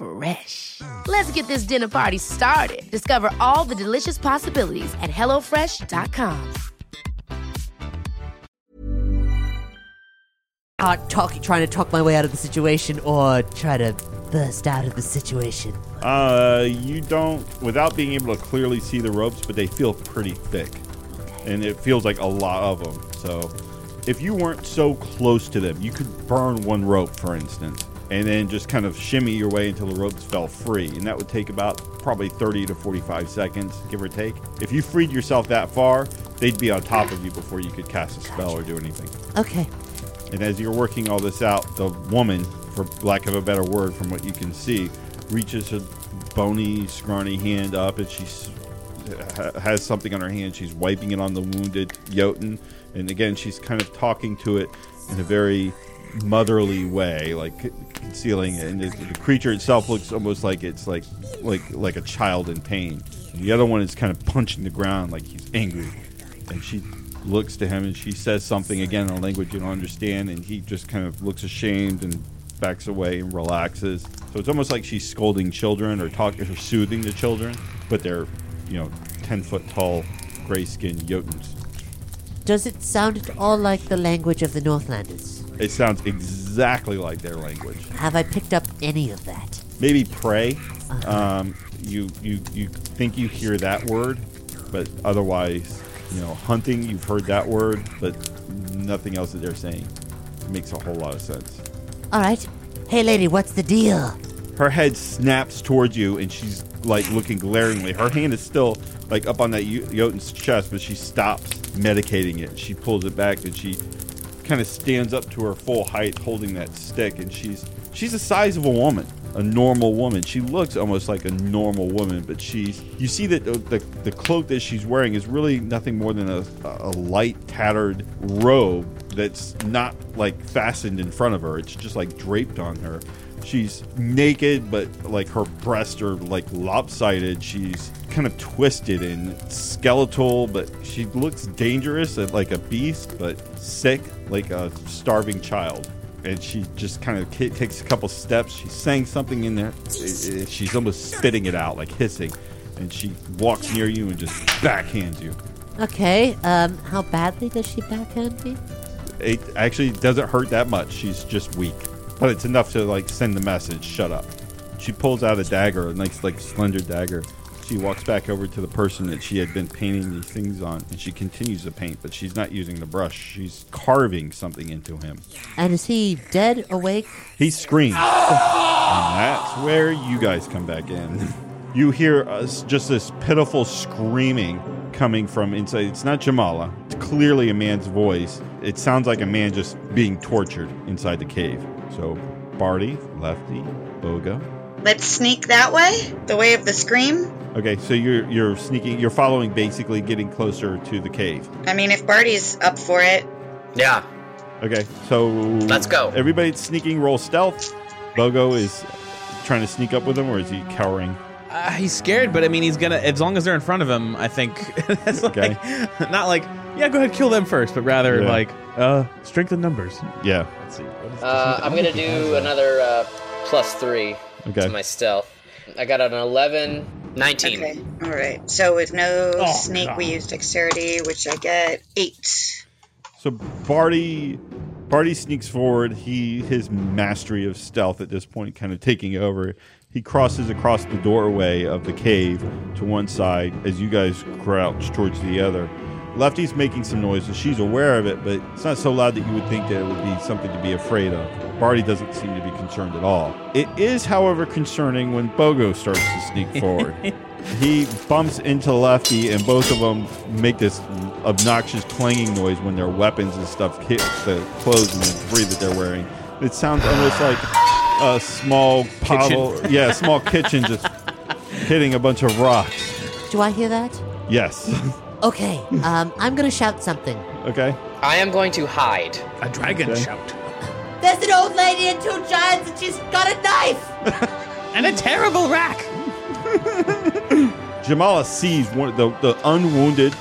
J: Fresh. Let's get this dinner party started. Discover all the delicious possibilities at hellofresh.com.
H: Uh, talk, trying to talk my way out of the situation or try to burst out of the situation.
C: Uh, you don't, without being able to clearly see the ropes, but they feel pretty thick, and it feels like a lot of them. So, if you weren't so close to them, you could burn one rope, for instance, and then just kind of shimmy your way until the ropes fell free, and that would take about probably 30 to 45 seconds, give or take. If you freed yourself that far, they'd be on top of you before you could cast a spell or do anything.
H: Okay.
C: And as you're working all this out, the woman, for lack of a better word, from what you can see, reaches her bony, scrawny hand up, and she s- ha- has something on her hand. She's wiping it on the wounded Jotun, and again, she's kind of talking to it in a very motherly way, like c- concealing it. And the, the creature itself looks almost like it's like like like a child in pain. And the other one is kind of punching the ground, like he's angry. And she looks to him and she says something again in a language you don't understand, and he just kind of looks ashamed and backs away and relaxes. So it's almost like she's scolding children or talking or soothing the children, but they're, you know, ten foot tall, gray skinned Jotuns.
H: Does it sound at all like the language of the Northlanders?
C: It sounds exactly like their language.
H: Have I picked up any of that?
C: Maybe pray. Um, you you you think you hear that word, but otherwise, you know, hunting. You've heard that word, but nothing else that they're saying makes a whole lot of sense.
H: All right. Hey, lady, what's the deal?
C: Her head snaps towards you, and she's like looking glaringly. Her hand is still like up on that Yo- Jotun's chest, but she stops medicating it. She pulls it back, and she kind of stands up to her full height, holding that stick. And she's she's the size of a woman, a normal woman. She looks almost like a normal woman, but she's you see that uh, the the, the cloak that she's wearing is really nothing more than a, a light tattered robe that's not like fastened in front of her. It's just like draped on her. She's naked, but like her breasts are like lopsided. She's kind of twisted and skeletal, but she looks dangerous and like a beast, but sick like a starving child. And she just kind of ki- takes a couple steps. She's saying something in there. I- I- She's almost spitting it out, like hissing. And she walks near you and just backhands you.
H: Okay, um, how badly does she backhand me?
C: It actually doesn't hurt that much. She's just weak, but it's enough to like send the message. Shut up. She pulls out a dagger, a nice like slender dagger. She walks back over to the person that she had been painting these things on, and she continues to paint, but she's not using the brush. She's carving something into him.
H: And is he dead, awake?
C: He screams. and that's where you guys come back in. You hear us just this pitiful screaming coming from inside. It's not Jamala. It's clearly a man's voice. It sounds like a man just being tortured inside the cave. So, Barty, Lefty, Boga.
E: Let's sneak that way? The way of the scream?
C: Okay, so you're you're sneaking. You're following, basically getting closer to the cave.
E: I mean, if Barty's up for it.
C: Yeah. Okay, so let's go. Everybody's sneaking. Roll stealth. Bogo is trying to sneak up with him, or is he cowering?
F: Uh, he's scared, but I mean, he's gonna. As long as they're in front of him, I think. that's like, Not like, yeah, go ahead, kill them first, but rather
C: Yeah.
F: like, uh, strength in numbers.
C: Yeah.
F: Let's see.
D: Uh, I'm gonna do another uh, plus three
C: Okay.
D: to my stealth. I got an 11, 19.
E: Okay. All right. So with no
D: Oh,
E: sneak, we
D: God.
E: use dexterity, which I get eight.
C: So Barty Barty sneaks forward. He his mastery of stealth at this point kind of taking over. He crosses across the doorway of the cave to one side as you guys crouch towards the other. Lefty's making some noise, so she's aware of it, but it's not so loud that you would think that it would be something to be afraid of. Barty doesn't seem to be concerned at all. It is, however, concerning when Bogo starts to sneak forward. he bumps into Lefty, and both of them make this obnoxious clanging noise when their weapons and stuff hit the clothes and the debris that they're wearing. It sounds almost like a small puddle, yeah, a small kitchen just hitting a bunch of rocks.
H: Do I hear that?
C: Yes.
H: Okay, um, I'm gonna shout something.
C: okay.
D: I am going to hide.
F: A dragon
C: Okay.
F: shout.
K: There's an old lady and two giants, and she's got a knife.
F: and a terrible rack.
C: Jamala sees one the, the unwounded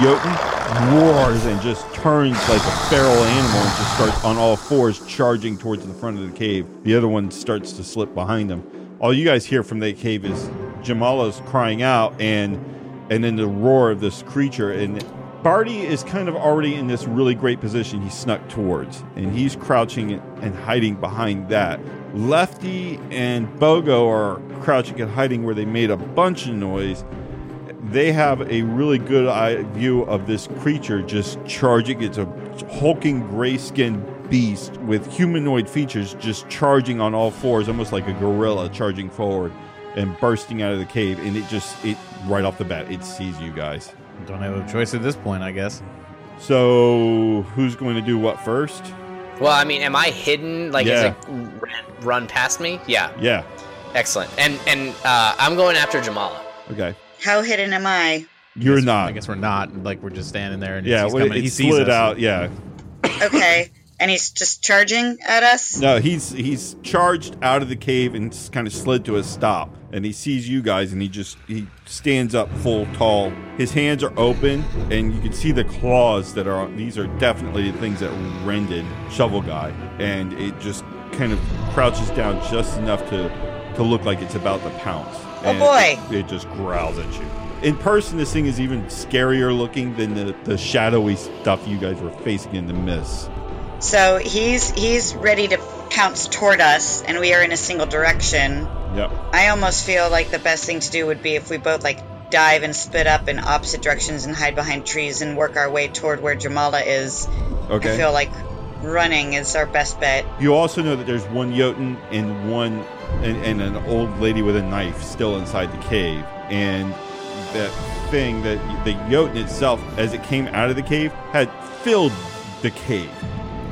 C: Jotun roars and just turns like a feral animal and just starts on all fours charging towards the front of the cave. The other one starts to slip behind them. All you guys hear from the cave is Jamala's crying out and and then the roar of this creature and Barty is kind of already in this really great position he snuck towards, and he's crouching and hiding behind that. Lefty and Bogo are crouching and hiding where they made a bunch of noise. They have a really good eye view of this creature just charging. It's a hulking gray skinned beast with humanoid features just charging on all fours, almost like a gorilla charging forward and bursting out of the cave. And it just, it right off the bat, it sees you guys.
F: Don't have a choice at this point, I guess.
C: So, who's going to do what first?
D: Well, I mean, am I hidden? Like,
C: Yeah.
D: is it run, run past me? Yeah.
C: Yeah.
D: Excellent. And and uh, I'm going after Jamala.
C: Okay.
E: How hidden am I?
C: You're not. I
F: guess we're not. Like we're just standing there, and
C: Uh, Yeah,
F: he's
C: well,
F: coming.
C: it
F: he sees
C: slid
F: us.
C: out. Yeah.
E: Okay. And he's just charging at us?
C: No, he's he's charged out of the cave and kind of slid to a stop, and he sees you guys, and he just he stands up full tall. His hands are open, and you can see the claws that are. on These are definitely the things that rended Shovel Guy, and it just kind of crouches down just enough to to look like it's about to pounce.
E: Oh,
C: And
E: boy.
C: It, it just growls at you. In person, this thing is even scarier looking than the, the shadowy stuff you guys were facing in the mist.
E: So he's he's ready to pounce toward us and we are in a single direction.
C: Yep.
E: I almost feel like the best thing to do would be if we both like dive and split up in opposite directions and hide behind trees and work our way toward where Jamala is.
C: Okay.
E: I feel like running is our best bet.
C: You also know that there's one Jotun and one and, and an old lady with a knife still inside the cave, and that thing that the Jotun itself, as it came out of the cave, had filled the cave.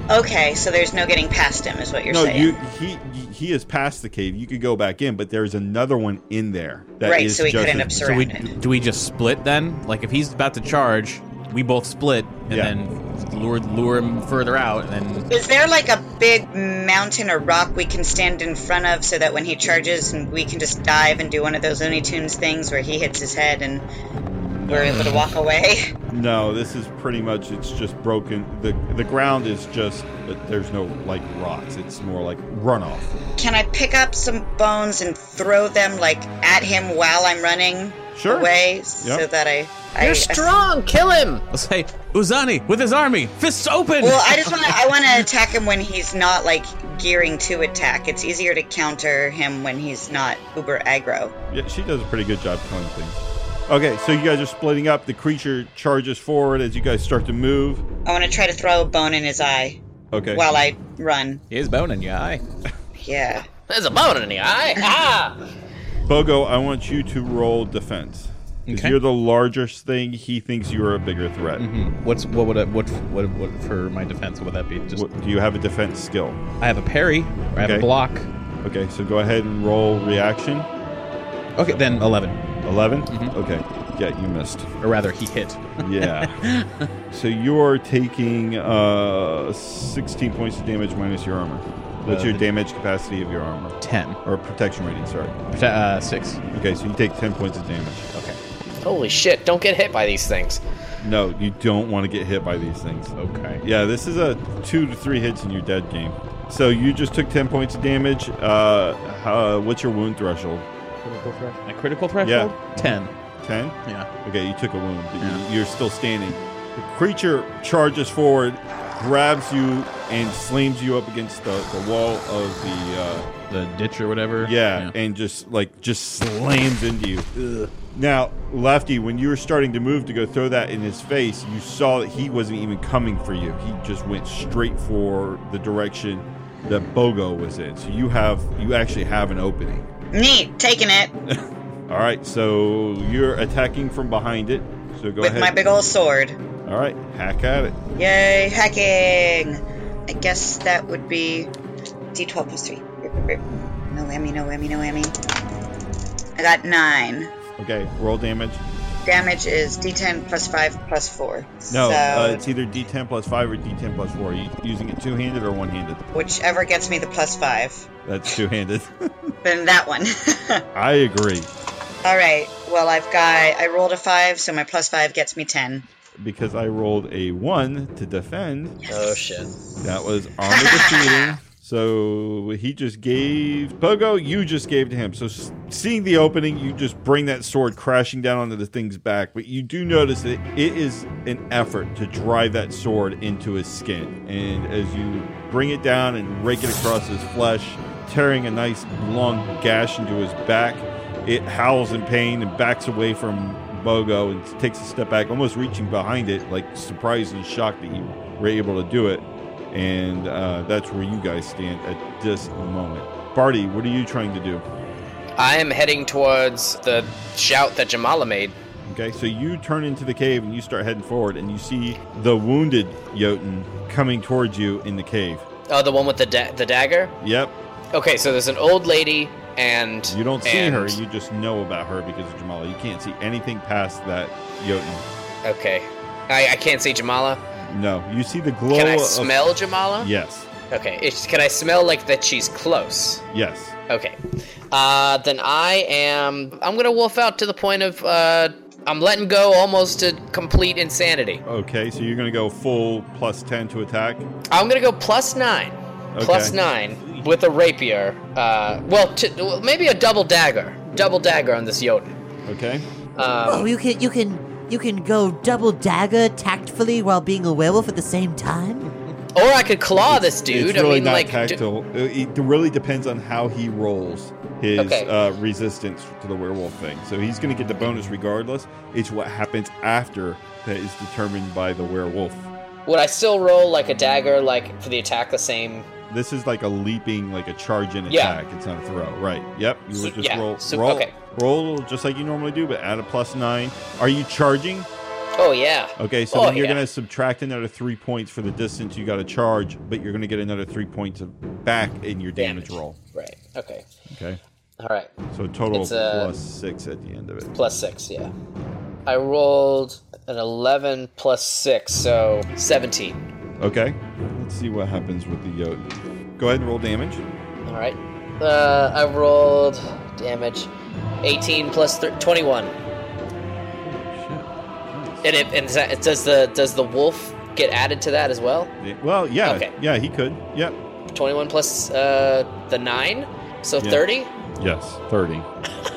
E: Okay, so there's no getting past him is what you're
C: no,
E: saying.
C: you he he is past the cave. You could go back in, but there's another one in there. that is
E: Right, so we could
C: just
E: end up
C: as-
F: So we, do we just split then? Like if he's about to charge, we both split and then lure lure him further out and
E: Is there like a big mountain or rock we can stand in front of so that when he charges and we can just dive and do one of those Looney Tunes things where he hits his head and we're able to walk away?
C: No, this is pretty much it's just broken. the The ground is just there's no like rocks. It's more like runoff.
E: Can I pick up some bones and throw them like at him while I'm running
C: Sure.
E: away so
F: Yep.
E: that I, I
F: You're
E: strong, kill him.
F: let's say Uzani with his army, fists open.
E: Well, I just want to I want to attack him when he's not like gearing to attack. It's easier to counter him when he's not uber aggro.
C: Yeah, she does a pretty good job killing things. Okay, so you guys are splitting up. The creature charges forward as you guys start to move.
E: I want to try to throw a bone in his eye
C: Okay.
E: while I run.
F: He's boning you, aye.
E: Yeah.
D: There's a bone in the eye. Ah!
C: Bogo, I want you to roll defense. 'Cause
F: Okay.
C: You're the largest thing. He thinks you are a bigger threat.
F: Mhm. What's what would I, what, what what for my defense? What would that be? Just
C: do you have a defense skill?
F: I have a parry. I have a
C: Okay.
F: block.
C: Okay, so go ahead and roll reaction.
F: Okay, then eleven.
C: 11
F: Mm-hmm.
C: Okay. Yeah, you missed.
F: Or rather, he hit.
C: Yeah. so you're taking uh, 16 points of damage minus your armor. What's
F: Uh,
C: your
F: the-
C: damage capacity of your armor?
F: 10.
C: Or protection rating, sorry.
F: uh, 6.
C: Okay, so you take 10 points of damage. Uh, Okay.
D: Holy shit! Don't get hit by these things.
C: No, you don't want to get hit by these things.
F: Okay.
C: Yeah, this is a two to three hits and you're dead game. So you just took 10 points of damage. Uh, uh, what's your wound threshold?
F: My critical threshold. Ten.
C: Ten?
F: Yeah.
C: Okay, you took a wound. but you- You're still standing. The creature charges forward, grabs you, and slams you up against the, the wall of the uh,
F: the ditch or whatever.
C: Yeah, and just like just slams into you. Now, Lefty, when you were starting to move to go throw that in his face, you saw that he wasn't even coming for you. He just went straight for the direction that Bogo was in. So you have you actually have an opening.
E: Neat, taking it
C: All right, so you're attacking from behind it. So go
E: with
C: ahead.
E: my big old sword.
C: All right, hack at it.
E: Yay, hacking! I guess that would be D12 plus 3. No whammy, no whammy, no whammy. I got 9.
C: Okay, roll damage.
E: damage is D10 plus five plus four.
C: No,
E: so
C: uh, it's either D10 plus five or D10 plus four. Are you using it two-handed or one-handed?
E: whichever gets me the plus five,
C: That's two-handed.
E: then that one.
C: I agree
E: All right. Well, I've got I rolled a five, so my plus five gets me ten.
C: because I rolled a one to defend.
D: Oh shit!
C: That was armor defeating. So he just gave Pogo. You just gave to him. So s- seeing the opening, you just bring that sword crashing down onto the thing's back. But you do notice that it is an effort to drive that sword into his skin. And as you bring it down and rake it across his flesh, tearing a nice long gash into his back, it howls in pain and backs away from Bogo and takes a step back, almost reaching behind it, like surprised and shocked that you were able to do it and uh, that's where you guys stand at this moment. Barty, what are you trying to do?
D: I am heading towards the shout that Jamala made.
C: Okay, so you turn into the cave and you start heading forward, and you see the wounded Jotun coming towards you in the cave.
D: Oh, the one with the da- the dagger.
C: Yep,
D: Okay, so there's an old lady and
C: you don't see
D: and-
C: her, you just know about her because of Jamala. You can't see anything past that Jotun.
D: Okay, I, I can't see Jamala.
C: No, you see the glow.
D: Can I
C: of-
D: smell Jamala?
C: Yes,
D: Okay, it's, can I smell like that she's close?
C: yes.
D: Okay, uh, then I am. I'm gonna wolf out to the point of uh, I'm letting go almost to complete insanity.
C: Okay, so you're gonna go full plus ten to attack.
D: I'm gonna go plus nine, plus
C: Okay.
D: nine with a rapier. Uh, well, t- well, maybe a double dagger, double dagger on this Jotun.
C: Okay.
H: oh,
D: Um,
H: you can you can you can go double dagger tactfully while being a werewolf at the same time.
D: or I could claw this dude.
C: It's really
D: I mean,
C: not
D: like, d-
C: tactile. Uh, it it really depends on how he rolls his
D: Okay.
C: uh, resistance to the werewolf thing. So he's going to get the bonus regardless. It's what happens after that is determined by the werewolf.
D: would I still roll like a dagger, like for the attack, the same?
C: This is like a leaping, like a charge in
D: Yeah.
C: attack. It's not a throw, right? Yep. You would just
D: yeah,
C: roll,
D: so-
C: roll,
D: okay.
C: roll just like you normally do, but add a plus nine. Are you charging?
D: Oh yeah.
C: Okay, so
D: Oh,
C: then you're
D: yeah.
C: going to subtract another three points for the distance you got to charge, but you're going to get another three points of back in your damage, roll.
D: Right. Okay.
C: Okay.
D: All right.
C: So a total
D: It's,
C: of
D: uh,
C: plus six at the end of it.
D: Plus six. Yeah. I rolled an eleven plus six, so seventeen.
C: Okay. Let's see what happens with the Jotun. Go ahead and roll damage.
D: All right. Uh, I rolled damage, eighteen plus th- twenty-one. And it and is that- it does the does the wolf get added to that as well?
C: Yeah, Well, yeah,
D: Okay.
C: yeah, he could. Yep.
D: Twenty-one plus uh, the nine, so
C: Yeah.
D: thirty.
C: Yes, thirty.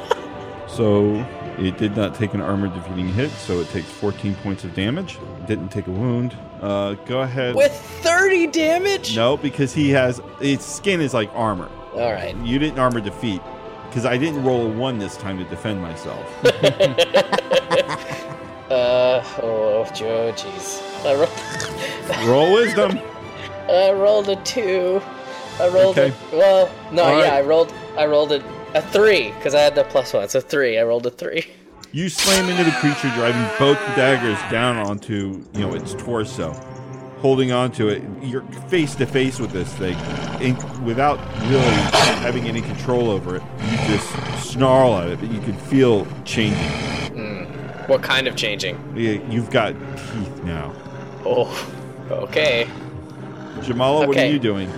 C: so it did not take an armor defeating hit, so it takes fourteen points of damage. Didn't take a wound. Uh, go ahead.
D: With thirty damage.
C: no, because he has its skin is like armor.
D: All right.
C: You didn't armor defeat because I didn't roll a one this time to defend myself.
D: Uh oh, Joe, jeez. I, ro-
C: roll wisdom.
D: I rolled a two. I rolled
C: Okay.
D: a well, no,
C: All
D: yeah,
C: right.
D: I rolled I rolled a, a three because I had the plus one. So three. I rolled a three.
C: You slam into the creature, driving both daggers down onto you know its torso, holding onto it. You're face to face with this thing, and without really having any control over it, you just snarl at it. But you can feel changing.
D: What kind of changing?
C: You- You've got teeth now.
D: Oh, okay.
C: Jamala, what are
D: Okay.
C: you doing?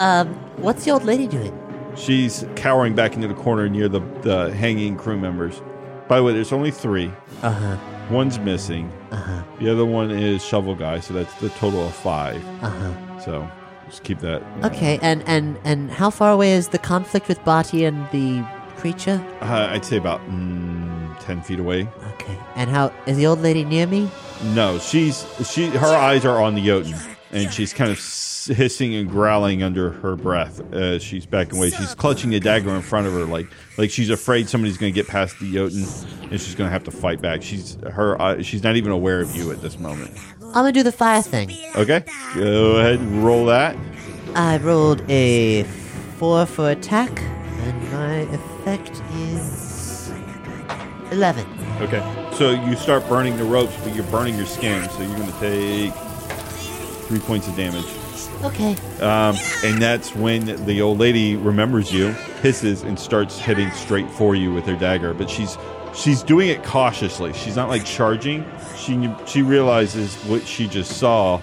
H: Um, what's the old lady doing?
C: She's cowering back into the corner near the, the hanging crew members. By the way, there's only three. Uh huh. One's missing. Uh huh. The other one is Shovel Guy, so that's the total of five. Uh huh. So just keep that.
H: Okay, and and and how far away is the conflict with Barty and the creature?
C: Uh, I'd say about mm, 10 feet away.
H: Okay. And how is the old lady near me?
C: No, she's she. Her eyes are on the Jotun, and she's kind of s- hissing and growling under her breath as she's backing away. She's clutching the dagger in front of her, like like she's afraid somebody's going to get past the Jotun, and she's going to have to fight back. She's her. eye she's not even aware of you at this moment.
H: I'm gonna do the fire thing.
C: Okay, go ahead and roll that.
H: I rolled a four for attack, and my effect is eleven.
C: Okay, so you start burning the ropes, but you're burning your skin, so you're going to take three points of damage.
H: Okay.
C: Um, and that's when the old lady remembers you, hisses, and starts heading straight for you with her dagger. But she's she's doing it cautiously. She's not like charging. She she realizes what she just saw.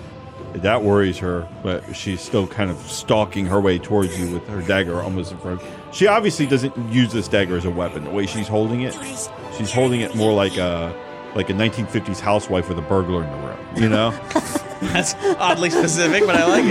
C: That worries her, but she's still kind of stalking her way towards you with her dagger almost in front. She obviously doesn't use this dagger as a weapon. The way she's holding it, she's holding it more like a like a 1950s housewife with a burglar in the room. You know.
F: That's oddly specific, but I like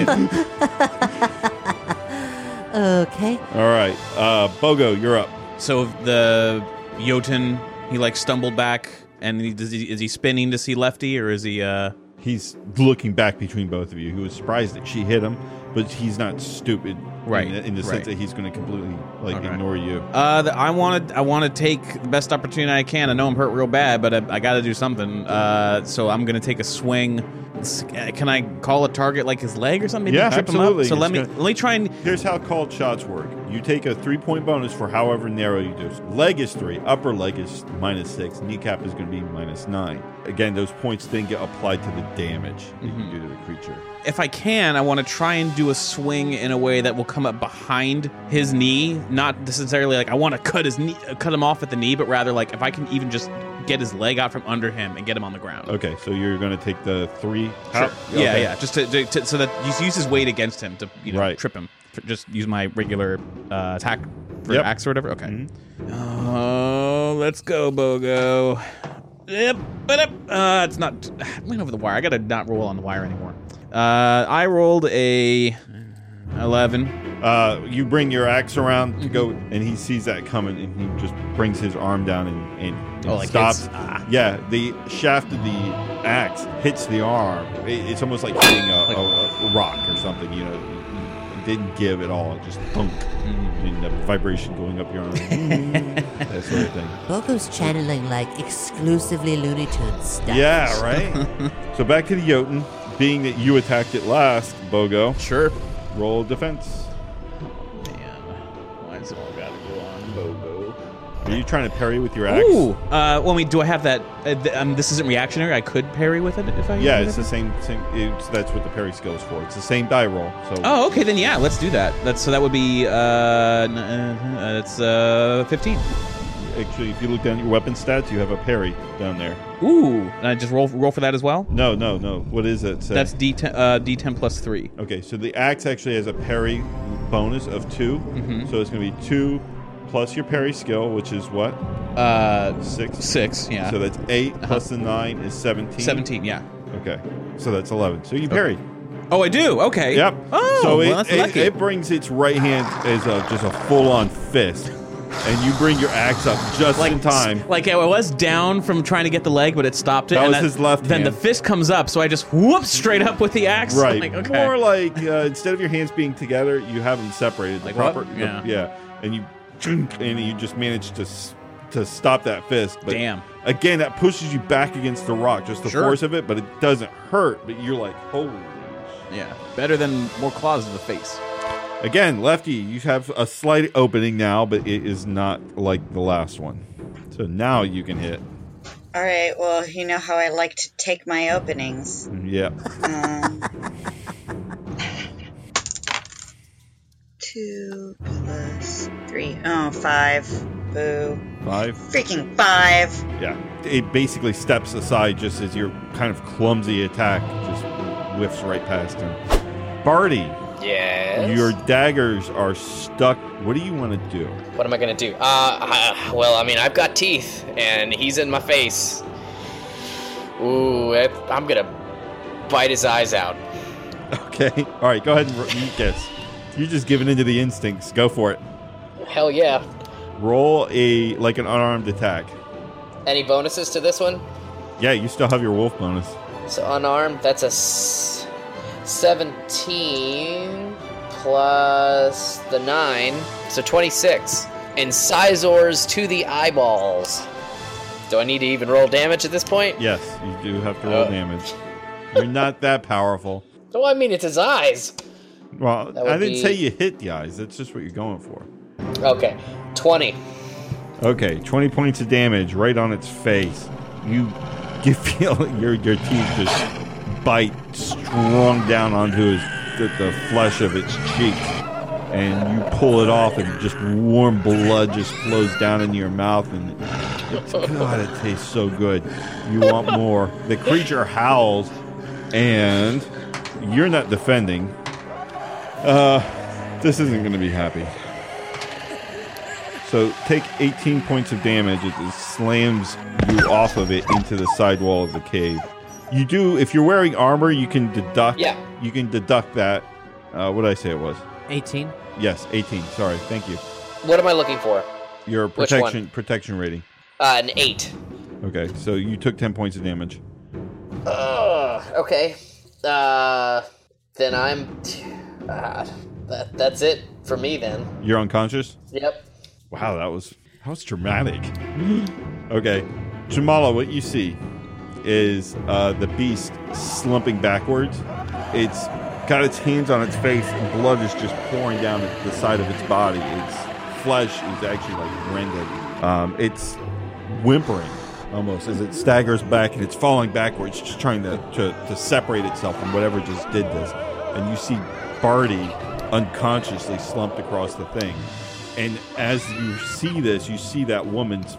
F: it.
H: Okay.
C: All right, uh, Bogo, you're up.
F: So the Jotun, he like stumbled back, and he, does he, is he spinning to see Lefty, or is he? uh
C: He's looking back between both of you. He was surprised that she hit him, but he's not stupid,
F: Right,
C: In the, in the
F: right.
C: sense that he's going to completely like ignore you.
F: Uh, th- I want to. I want to take the best opportunity I can. I know I'm hurt real bad, but I, I got to do something. Uh, so I'm gonna take a swing. S- uh, Can I call a target like his leg or something? Maybe
C: yeah,
F: trip him up?
C: absolutely.
F: So let
C: It's
F: me
C: gonna-
F: let me try and.
C: Here's how called shots work. You take a three point bonus for however narrow you do. Leg is three, upper leg is minus six, kneecap is going to be minus nine. Again, those points then get applied to the damage that
F: Mm-hmm.
C: you do to the creature.
F: If I can, I want to try and do a swing in a way that will come up behind his knee, not necessarily like I want to cut his knee, uh, cut him off at the knee, but rather like if I can even just get his leg out from under him and get him on the ground.
C: Okay, so you're going to take the three.
F: Sure. Oh, Yeah,
C: Okay.
F: yeah. Just to, to, to- so that you use his weight against him to you know, trip him. Tr- Just use my regular uh, attack for
C: Yep. Mm-hmm.
F: axe or whatever. Okay. Uh, let's go, Bogo. Yep. but up. Uh, it's not. I went over the wire. I gotta not roll on the wire anymore. Uh, I rolled a eleven.
C: Uh, you bring your axe around to go, and he sees that coming, and he just brings his arm down and, and, and
F: Oh, like
C: stops.
F: hits? Ah.
C: Yeah, the shaft of the axe hits the arm. It, it's almost like hitting a, a, a rock or something. You know, it didn't give at all. It just thunk,
F: Mm.
C: and the vibration going up your arm, that sort of thing.
H: Bogo's channeling like exclusively Looney Tunes stuff.
C: Yeah, right. so back to the Jotun. Being that you attacked it last, Bogo.
F: Sure.
C: Roll defense.
F: Why's it all gotta go on Bogo?
C: Are you trying to parry with your axe?
F: Ooh. Uh, well, I mean, do I have that? Uh, th- um, this isn't reactionary. I could parry with it if I.
C: Yeah,
F: if
C: it's
F: I-
C: the same. same it's, that's what the parry skill is for. It's the same die roll. So
F: Oh, okay, then yeah, let's do that. That's so that would be uh, n- uh that's uh fifteen.
C: actually, if you look down at your weapon stats, you have a parry down there.
F: Ooh, and I just roll roll for that as well.
C: No, no, no. What is it? say?
F: That's d ten uh, d ten plus three.
C: Okay, so the axe actually has a parry bonus of 2
F: Mhm.
C: So it's going to be two plus your parry skill, which is what?
F: Uh,
C: six.
F: Six. Yeah. Uh-huh.
C: So that's 8 plus the nine is seventeen.
F: Seventeen. Yeah.
C: Okay, so that's eleven. So you parry.
F: Oh, I do. Okay.
C: Yep.
F: Oh,
C: so
F: well,
C: it,
F: that's
C: it-
F: lucky.
C: it brings its right hand as a, just a full-on fist, and you bring your axe up just in time.
F: Like I was down from trying to get the leg, but it stopped it.
C: That
F: and
C: was his left
F: Then the
C: hand.
F: fist comes up, so I just whoop straight up with the axe.
C: Right.
F: Like, okay.
C: More like uh, instead of your hands being together, you have them separated. The
F: Like what?
C: proper, the-
F: Yeah.
C: yeah. And you and you just manage to s- to stop that fist. But
F: Damn.
C: Again, that pushes you back against the rock, just the
F: Sure.
C: force of it, but it doesn't hurt. But you're like, holy.
F: Yeah. Better than more claws to the face.
C: Again, lefty, you have a slight opening now, but it is not like the last one. So now you can hit.
E: All right, well, you know how I like to take my openings.
C: Yeah.
E: Um, two plus three. Oh, five. Boo.
C: Five.
E: Freaking five.
C: Yeah. It basically steps aside just as your kind of clumsy attack just whiffs right past him. Barty,
D: Yes.
C: your daggers are stuck. What do you want to do?
D: What am I gonna do? Uh, uh, well, I mean, I've got teeth, and he's in my face. Ooh, I- I'm gonna bite his eyes out.
C: Okay. All right, go ahead and ro- you guess. You're just giving into the instincts. Go for it.
D: Hell yeah!
C: Roll a like an unarmed attack.
D: Any bonuses to this one?
C: Yeah, you still have your wolf bonus.
D: So unarmed, that's a s- 17 plus the 9, so 26. And Sizors to the eyeballs. Do I need to even roll damage at this point?
C: Yes, you do have to roll
D: Uh.
C: damage. You're not that powerful.
D: No, I mean, it's his eyes.
C: Well,
D: That
C: I
D: would
C: didn't
D: be-
C: say you hit the eyes. That's just what you're going for.
D: Okay, 20.
C: Okay, twenty points of damage right on its face. You, you feel your your teeth just bite strong down onto his the, the flesh of its cheek, and you pull it off, and just warm blood just flows down into your mouth, and God, it tastes so good. You want more. The creature howls, and you're not defending. Uh, this isn't going to be happy. So take 18 points of damage. It just slams you off of it into the sidewall of the cave. You do, if you're wearing armor, you can deduct.
D: Yeah.
C: You can deduct that. Uh, what did I say it was?
B: 18.
C: Yes, 18. Sorry, thank you.
D: What am I looking for?
C: Your
D: Which one?
C: protection protection rating.
D: Uh, an eight.
C: Okay, so you took 10 points of damage.
D: Ugh, okay. Uh, then I'm. Uh, that that's it for me then.
C: You're unconscious?
D: Yep.
C: Wow, that was that was dramatic. okay, Jamala, what you see is uh, the beast slumping backwards. It's got its hands on its face, and blood is just pouring down the side of its body. Its flesh is actually like rended. Um, it's whimpering almost as it staggers back and it's falling backwards, just trying to, to, to separate itself from whatever just did this. And you see Barty unconsciously slumped across the thing. And as you see this, you see that woman's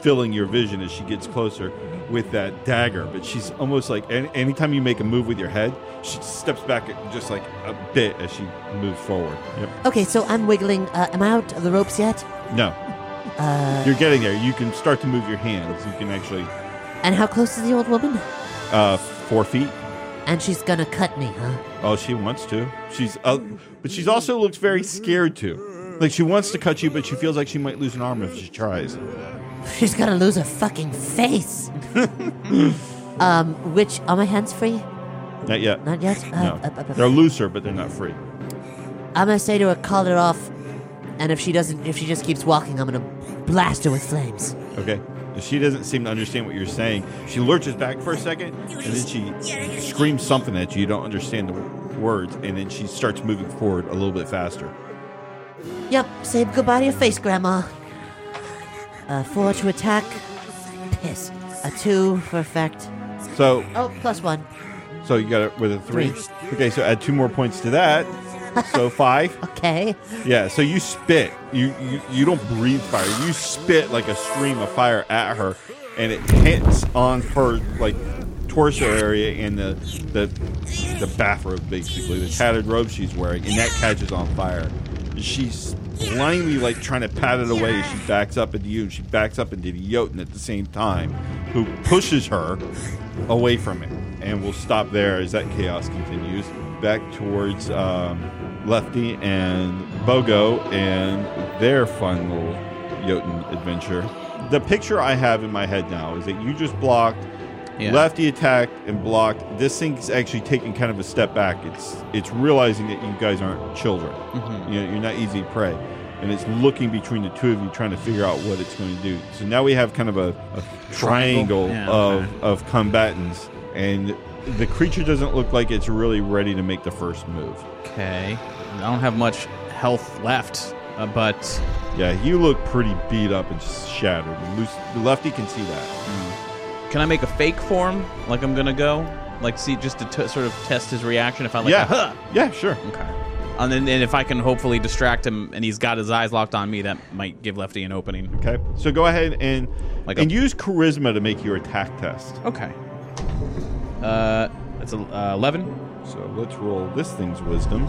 C: filling your vision as she gets closer with that dagger. But she's almost like any, anytime you make a move with your head, she steps back just like a bit as she moves forward. Yep.
H: Okay, so I'm wiggling. Uh, am I out of the ropes yet?
C: No,
H: Uh,
C: you're getting there. You can start to move your hands. You can actually
H: and how close is the old woman?
C: uh, four feet.
H: And she's gonna cut me, huh?
C: Oh, she wants to. She's uh, but she's also looks very scared too. Like she wants to cut you, but she feels like she might lose an arm if she tries.
H: She's gonna lose her fucking face. um, which are my hands free?
C: Not yet.
H: Not yet?
C: No.
H: Uh, uh, uh, uh.
C: they're looser, but they're not free.
H: I'm gonna say to her, call it off. And if she doesn't, if she just keeps walking, I'm gonna blast her with flames.
C: Okay. She doesn't seem to understand what you're saying. She lurches back for a second, and then she screams something at you. You don't understand the words, and then she starts moving forward a little bit faster.
H: Yep, say goodbye to your face, Grandma. Uh, four to attack. Piss. A two for effect.
C: So,
H: Oh, plus one.
C: so you got it with a three.
H: Three.
C: Okay, so add two more points to that. So five.
H: Okay.
C: Yeah, so you spit. You, you you don't breathe fire. You spit like a stream of fire at her, and it hits on her like torso area and the the the bathrobe basically, the tattered robe she's wearing, and that catches on fire. She's blindly like trying to pat it away. She backs up into you, and she backs up into the Jotun at the same time, who pushes her away from it. And we'll stop there as that chaos continues. Back towards um, Lefty and Bogo and their fun little Jotun adventure. The picture I have in my head now is that you just blocked,
F: Yeah.
C: Lefty attacked and blocked. This thing's actually taking kind of a step back. It's it's realizing that you guys aren't children.
F: Mhm.
C: You know, you're not easy prey. And it's looking between the two of you trying to figure out what it's going to do. So now we have kind of a, a triangle
F: Triangle? Yeah,
C: of, of combatants. And the creature doesn't look like it's really ready to make the first move.
F: Okay. I don't have much health left, uh, but
C: yeah, you look pretty beat up and shattered. Luc- Lefty can see that.
F: Can I make a fake form? Like I'm gonna go, like see just to t- sort of test his reaction. If I like,
C: Yeah.
F: a, huh.
C: yeah, sure.
F: Okay. And then and if I can hopefully distract him, and he's got his eyes locked on me, that might give Lefty an opening.
C: Okay, so go ahead and
F: Like
C: and
F: a-
C: use charisma to make your attack test.
F: Okay. Uh, that's a uh, eleven.
C: So let's roll this thing's wisdom.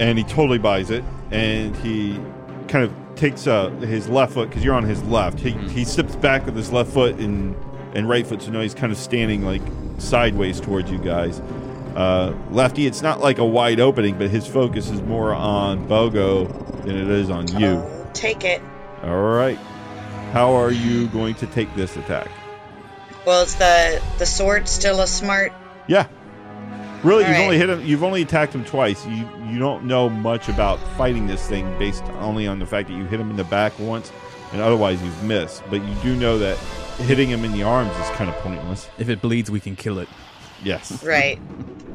C: And he totally buys it, and he kind of takes uh, his left foot because you're on his left. He he steps back with his left foot and and right foot, so now he's kind of standing like sideways towards you guys. Uh, lefty, it's not like a wide opening, but his focus is more on Bogo than it is on you.
E: Take it.
C: All right, how are you going to take this attack?
E: Well, is the the sword still a smart?
C: Yeah. Really,
E: All
C: you've
E: right.
C: only hit him. You've only attacked him twice. You you don't know much about fighting this thing based only on the fact that you hit him in the back once, and otherwise you've missed. But you do know that hitting him in the arms is kind of pointless.
F: If it bleeds, we can kill it.
C: Yes.
E: Right.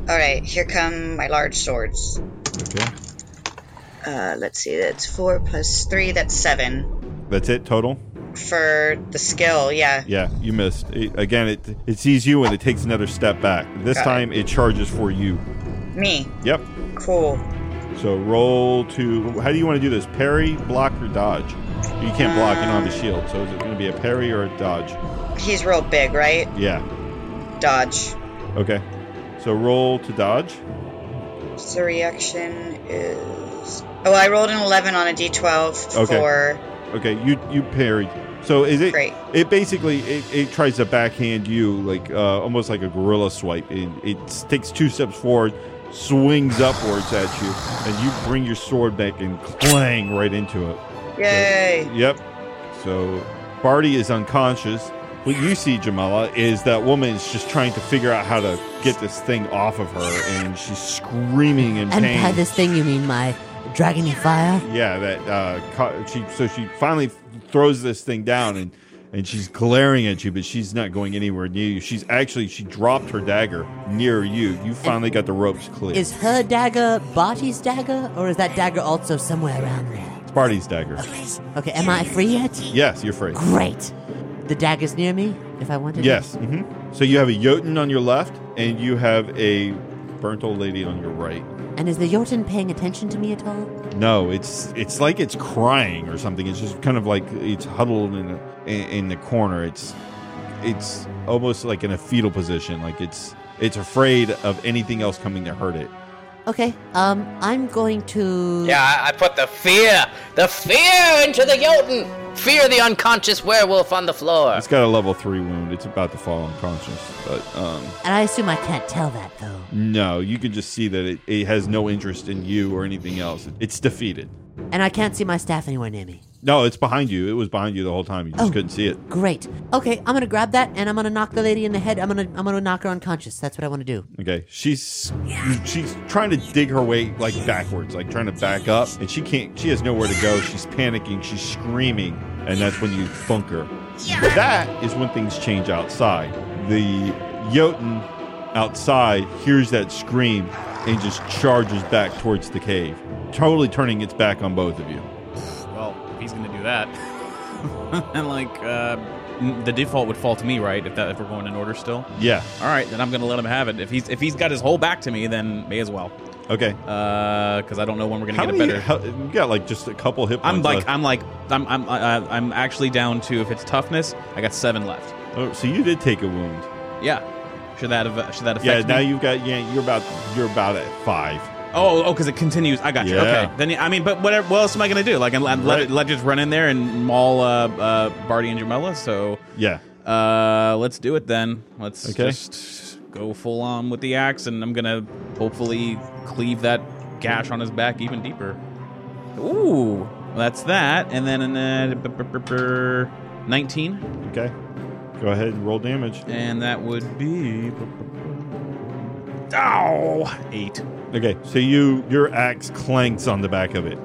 E: All right. Here come my large swords.
C: Okay.
E: Uh, let's see. That's four plus three. That's seven
C: That's it total.
E: for the skill. Yeah.
C: Yeah, you missed. It- again, it it sees you and it takes another step back. This
E: Got it.
C: time it charges for you.
E: Me.
C: Yep.
E: Cool.
C: So roll to. How do you want to do this? Parry, block, or dodge? You can't block. You don't have a shield. So is it going to be a parry or a dodge?
E: He's real big, right?
C: Yeah.
E: Dodge.
C: Okay. So roll to dodge.
E: So reaction is. Oh, I rolled an 11 on a d12
C: Okay.
E: for.
C: Okay, you you parried. So is it?
E: Great.
C: It basically it, it tries to backhand you like uh, almost like a gorilla swipe. It, it s- takes two steps forward, swings upwards at you, and you bring your sword back and clang right into it.
E: Yay!
C: Yep. So Barty is unconscious. What you see, Jamala, is that woman is just trying to figure out how to get this thing off of her, and she's screaming in
H: And
C: pain.
H: by this thing, you mean my dragony fire?
C: Yeah, that uh, co- she. So she finally throws this thing down, and and she's glaring at you, but she's not going anywhere near you. She's actually she dropped her dagger near you. You finally got the ropes clear.
H: Is her dagger Barty's dagger, or is that dagger also somewhere around there?
C: it's Barty's dagger.
H: Okay, am I free yet?
C: Yes, you're free.
H: Great. The dagger's near me if I wanted
C: Yes.
H: it.
C: hmm So you have a Jotun on your left, and you have a burnt old lady on your right.
H: And is the Jotun paying attention to me at all?
C: No, it's it's like it's crying or something. It's just kind of like it's huddled in a, in, in the corner. It's it's almost like in a fetal position. Like it's it's afraid of anything else coming to hurt it.
H: Okay, um, I'm going to.
D: Yeah, I, I put the fear, the fear into the Jotun. Fear the unconscious werewolf on the floor.
C: It's got a level three wound. It's about to fall unconscious. But um,
H: And I assume I can't tell that, though.
C: no, you can just see that it, it has no interest in you or anything else. It's defeated.
H: And I can't see my staff anywhere near me.
C: No, it's behind you. It was behind you the whole time. You just couldn't see it.
H: Great. Okay, I'm gonna grab that and I'm gonna knock the lady in the head. I'm gonna I'm gonna knock her unconscious. That's what I want to do.
C: Okay, she's she's trying to dig her way like backwards, like trying to back up, and she can't. She has nowhere to go. She's panicking. She's screaming, and that's when you funk her. That is when things change outside. The Jotun outside hears that scream and just charges back towards the cave, totally turning its back on both of you.
F: Well, if he's gonna do that, then like uh, n- the default would fall to me, right? If that if we're going in order still.
C: Yeah.
F: All right, then I'm gonna let him have it. If he's if he's got his whole back to me, then may as well.
C: Okay.
F: Because I don't know when we're gonna
C: How
F: get
C: many-
F: a better.
C: how- you got like just a couple hit
F: I'm
C: points
F: like
C: left.
F: I'm like I'm I'm uh, I'm actually down to if it's toughness, I got seven left.
C: Oh, so you did take a wound.
F: Yeah. Should that have should that affect?
C: Yeah,
F: me?
C: now you've got yeah, you're about you're about at five.
F: Oh, oh, because it continues. I got you.
C: Yeah.
F: Okay. Then I mean, but whatever. What else am I gonna do? Like, and let, let, it, let it just run in there and maul uh, uh, Barty and Jamela. So
C: yeah.
F: Uh, let's do it then. Let's
C: Okay.
F: just go full on with the axe, and I'm gonna hopefully cleave that gash on his back even deeper. Ooh, that's that. And then uh, b- b- b- b- nineteen,
C: Okay. Go ahead and roll damage.
F: and that would be. Ow! Eight.
C: Okay, so you your axe clanks on the back of it.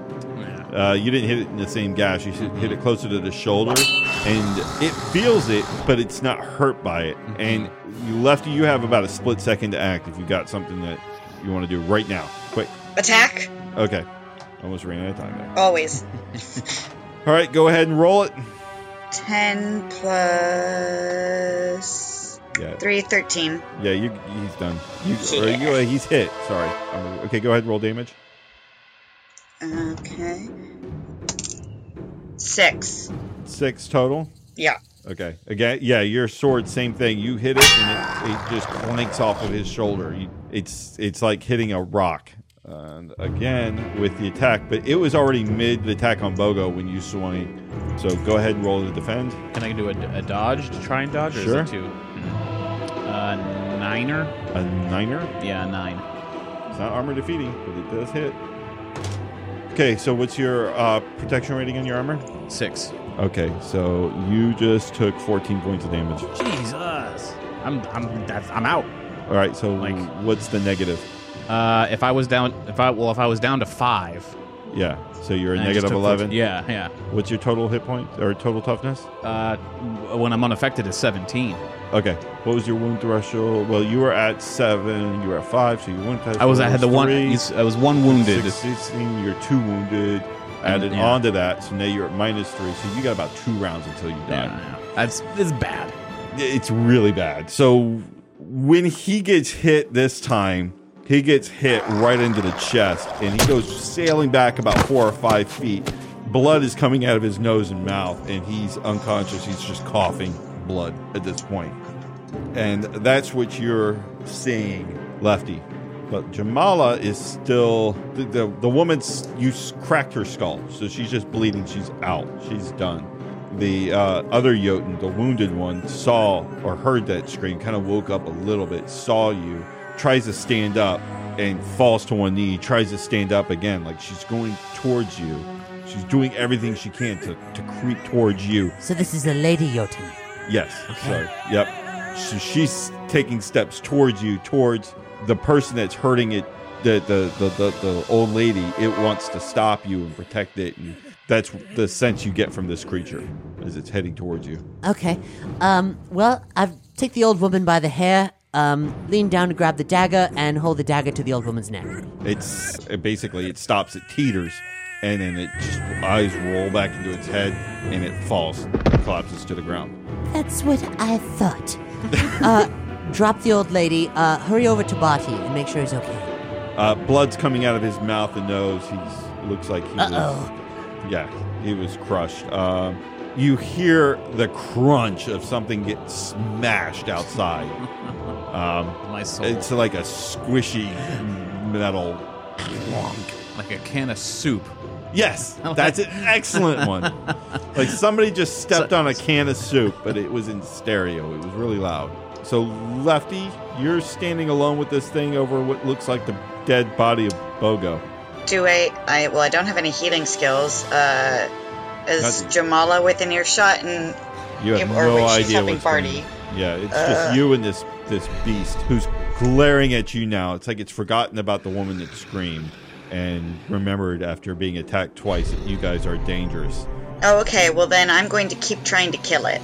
C: Uh, you didn't hit it in the same gash. You hit hit it closer to the shoulder, and it feels it, but it's not hurt by it. And you left. You have about a split second to act if you got something that you want to do right now. Quick.
E: Attack?
C: Okay. Almost ran out of time there.
E: Always.
C: All right, go ahead and roll it.
E: 10 plus.
C: Yeah.
E: 3, 13.
C: Yeah, you, he's done. You, or you- uh, he's hit. Sorry. Um, Okay, go ahead and roll damage.
E: Okay. 6.
C: Six total.
E: Yeah.
C: Okay. Again, yeah, your sword, same thing. You hit it, and it, it just clanks off of his shoulder. You, it's it's like hitting a rock. And again with the attack, but it was already mid attack on Bogo when you swung. So go ahead and roll to defend.
F: Can I do a, a dodge to try and dodge, or
C: Sure.
F: is it two? Uh, niner.
C: A niner?
F: Yeah, a nine.
C: It's not armor defeating, but it does hit. Okay, so what's your uh, protection rating on your armor?
F: Six.
C: Okay, so you just took 14 points of damage.
F: Jesus. I'm I'm that's, I'm out.
C: All right, so what's the negative?
F: Uh, if I was down, if I well, if I was down to five.
C: Yeah, so you're a
F: And I just
C: negative
F: took
C: 11.
F: fourteen- yeah, yeah.
C: What's your total hit point or total toughness?
F: Uh, w- when I'm unaffected is seventeen.
C: Okay. What was your wound threshold? Well, you were at seven. You were at five, so your wound threshold.
F: I was- I had the one-
C: three.
F: I was one wounded. Mm,
C: Sixteen. You're two wounded. Added
F: yeah.
C: on to that, so now you're at minus three. So you got about two rounds until you die.
F: That's it's bad.
C: It's really bad. So when he gets hit this time, he gets hit right into the chest, and he goes sailing back about four or five feet, blood is coming out of his nose and mouth, and he's unconscious. He's just coughing blood at this point. And that's what you're seeing, Lefty. But Jamala is still the, the, the woman's, you s- cracked her skull, so she's just bleeding. She's out. She's done. The uh, other Jotun, the wounded one, saw or heard that scream, kind of woke up a little bit, saw you, tries to stand up and falls to one knee, tries to stand up again. Like she's going towards you. She's doing everything she can to, to creep towards you.
H: So this is a lady Jotun.
C: Yes. Sorry. Yep. So she's taking steps towards you, towards the person that's hurting it, the the, the, the the old lady. It wants to stop you and protect it, and that's the sense you get from this creature as it's heading towards you.
H: Okay. Um, well, I take the old woman by the hair, um, lean down to grab the dagger, and hold the dagger to the old woman's neck.
C: It's it basically it stops, it teeters, and then it just eyes roll back into its head, and it falls, collapses to the ground.
H: That's what I thought. uh, drop the old lady. Uh, hurry over to Barty and make sure he's okay.
C: Uh, blood's coming out of his mouth and nose. He's looks like he
H: Uh-oh.
C: was. Yeah, he was crushed. Um, you hear the crunch of something get smashed outside. Um,
F: My soul.
C: It's like a squishy metal clunk.
F: Like a can of soup.
C: Yes, that's an excellent one. Like somebody just stepped on a can of soup, but it was in stereo. It was really loud. So, Lefty, you're standing alone with this thing over what looks like the dead body of Bogo.
E: Do I, I? Well, I don't have any healing skills. Uh, is Jamala within earshot? And
C: You have
E: Yeah, or
C: no
E: when she's
C: idea
E: having
C: what's going
E: party.
C: on. Yeah, it's
E: Uh.
C: just you and this this beast who's glaring at you now. It's like it's forgotten about the woman that screamed and remembered after being attacked twice that you guys are dangerous.
E: oh, okay. Well, then I'm going to keep trying to kill it.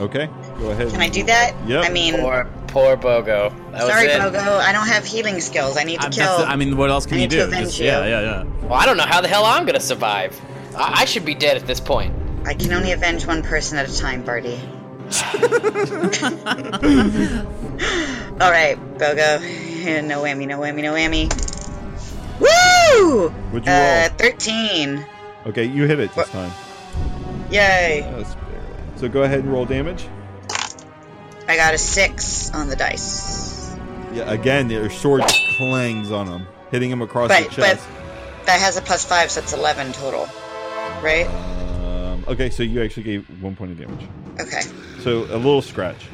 C: Okay, go ahead.
E: Can I do that?
C: Yep.
E: I mean,
D: Poor, poor Bogo. That was
E: sorry,
D: it.
E: Bogo. I don't have healing skills. I need to
F: That's
E: kill.
F: the- I mean, what else can
E: I
F: you
E: need to
F: do?
E: avenge
F: Just-
E: you.
F: yeah, yeah, yeah.
D: Well, I don't know how the hell I'm gonna survive. I, I should be dead at this point.
E: I can only avenge one person at a time, Barty. All right, Bogo. No whammy, no whammy, no whammy. Woo!
C: What'd you
E: Uh,
C: roll?
E: thirteen.
C: Okay, you hit it this time.
E: Yay!
C: That's barely. So go ahead and roll damage.
E: I got a six on the dice.
C: Yeah, again, your sword just clangs on him, hitting him across
E: But-
C: the chest.
E: That has a plus five, so it's eleven total. Right?
C: Um, okay, so you actually gave one point of damage.
E: Okay.
C: So a little scratch.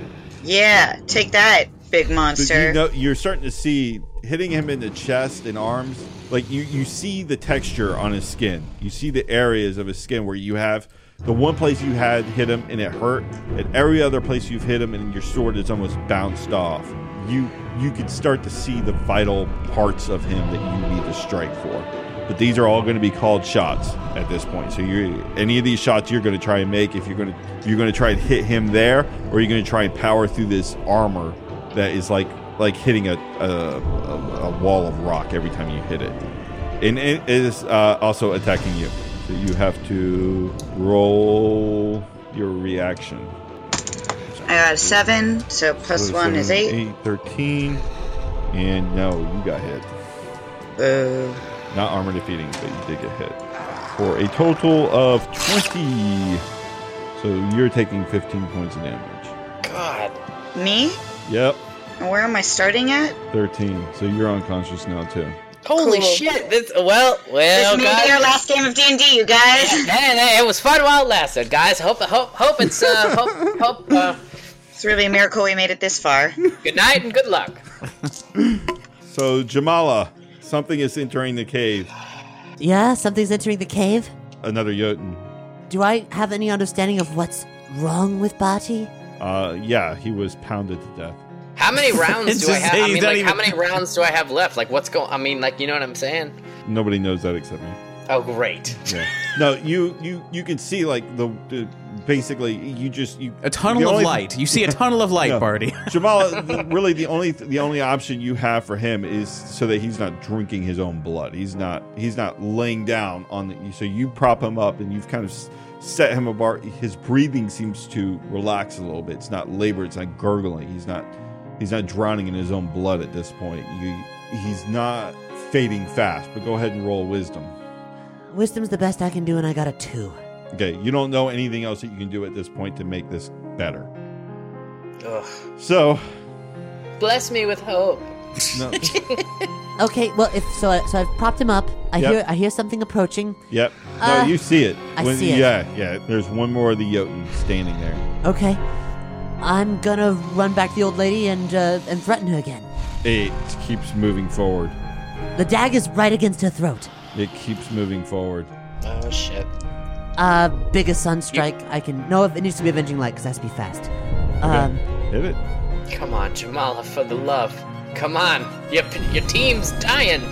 E: Yeah, take that, big
C: So you
E: monster.
C: know, you're starting to see hitting him in the chest and arms. Like you, you see the texture on his skin. You see the areas of his skin where you have the one place you had hit him and it hurt, and every other place you've hit him and your sword is almost bounced off. You you could start to see the vital parts of him that you need to strike for. But these are all going to be called shots at this point. So you any of these shots you're going to try and make if you're going to you're going to try and hit him there, or you're going to try and power through this armor that is like like hitting a a, a, a wall of rock every time you hit it. And it is uh, also attacking you. So you have to roll your reaction.
E: I got a seven, so plus
C: So
E: one is
C: seven,
E: eight.
C: eight, 13. And no, you got hit.
E: Uh.
C: Not armor defeating, but you did get hit. For a total of 20. So you're taking 15 points of damage.
E: God. Me?
C: Yep,
E: And where am I starting at?
C: 13. So you're unconscious now, too.
D: Holy
E: Cool.
D: shit! This well, well,
E: this may
D: guys.
E: be our last game of D and D, you guys.
D: Hey, hey, it was fun while it lasted, guys. Hope, hope, hope it's uh, hope, hope. Uh,
E: It's really a miracle we made it this far.
D: good night and good luck.
C: So, Jamala, something is entering the cave.
H: Yeah, something's entering the cave.
C: Another Jotun.
H: Do I have any understanding of what's wrong with Barty?
C: Uh, yeah, he was pounded to death.
D: How many rounds
C: It's
D: do I
C: just-
D: have? I
C: he's
D: mean,
C: not
D: like, how
C: even-
D: many rounds do I have left? Like, what's going? I mean, like, you know what I'm saying?
C: Nobody knows that except me.
D: Oh, great.
C: Yeah. No, you you you can see like the, the basically you just you
F: A tunnel
C: the
F: of
C: only-
F: light. You see a tunnel of light,
C: No.
F: Barty.
C: Jamala, th- really the only the only option you have for him is so that he's not drinking his own blood. He's not he's not laying down on the so you prop him up and you've kind of s- set him apart. His breathing seems to relax a little bit. It's not labored. It's not gurgling. He's not he's not drowning in his own blood at this point. You he's not fading fast. But go ahead and roll wisdom.
H: Wisdom's the best I can do, and I got a two.
C: Okay, you don't know anything else that you can do at this point to make this better.
D: Ugh.
C: So,
L: Bless me with hope.
C: no,
H: Okay, well, if so, I, so I've propped him up. I
C: Yep.
H: hear I hear something approaching.
C: yep. No,
H: Uh,
C: you see it.
H: I see it.
C: Yeah, yeah. There's one more of the Jotun standing there.
H: Okay, I'm gonna run back to the old lady and uh, and threaten her again.
C: It keeps moving forward.
H: The dag is right against her throat.
C: It keeps moving forward.
D: Oh shit.
H: Uh, biggest sun strike I can. No, it needs to be avenging light because it has to be fast. Um,
C: Hit it.
D: Come on, Jamala, for the love. Come on. Your, your team's dying.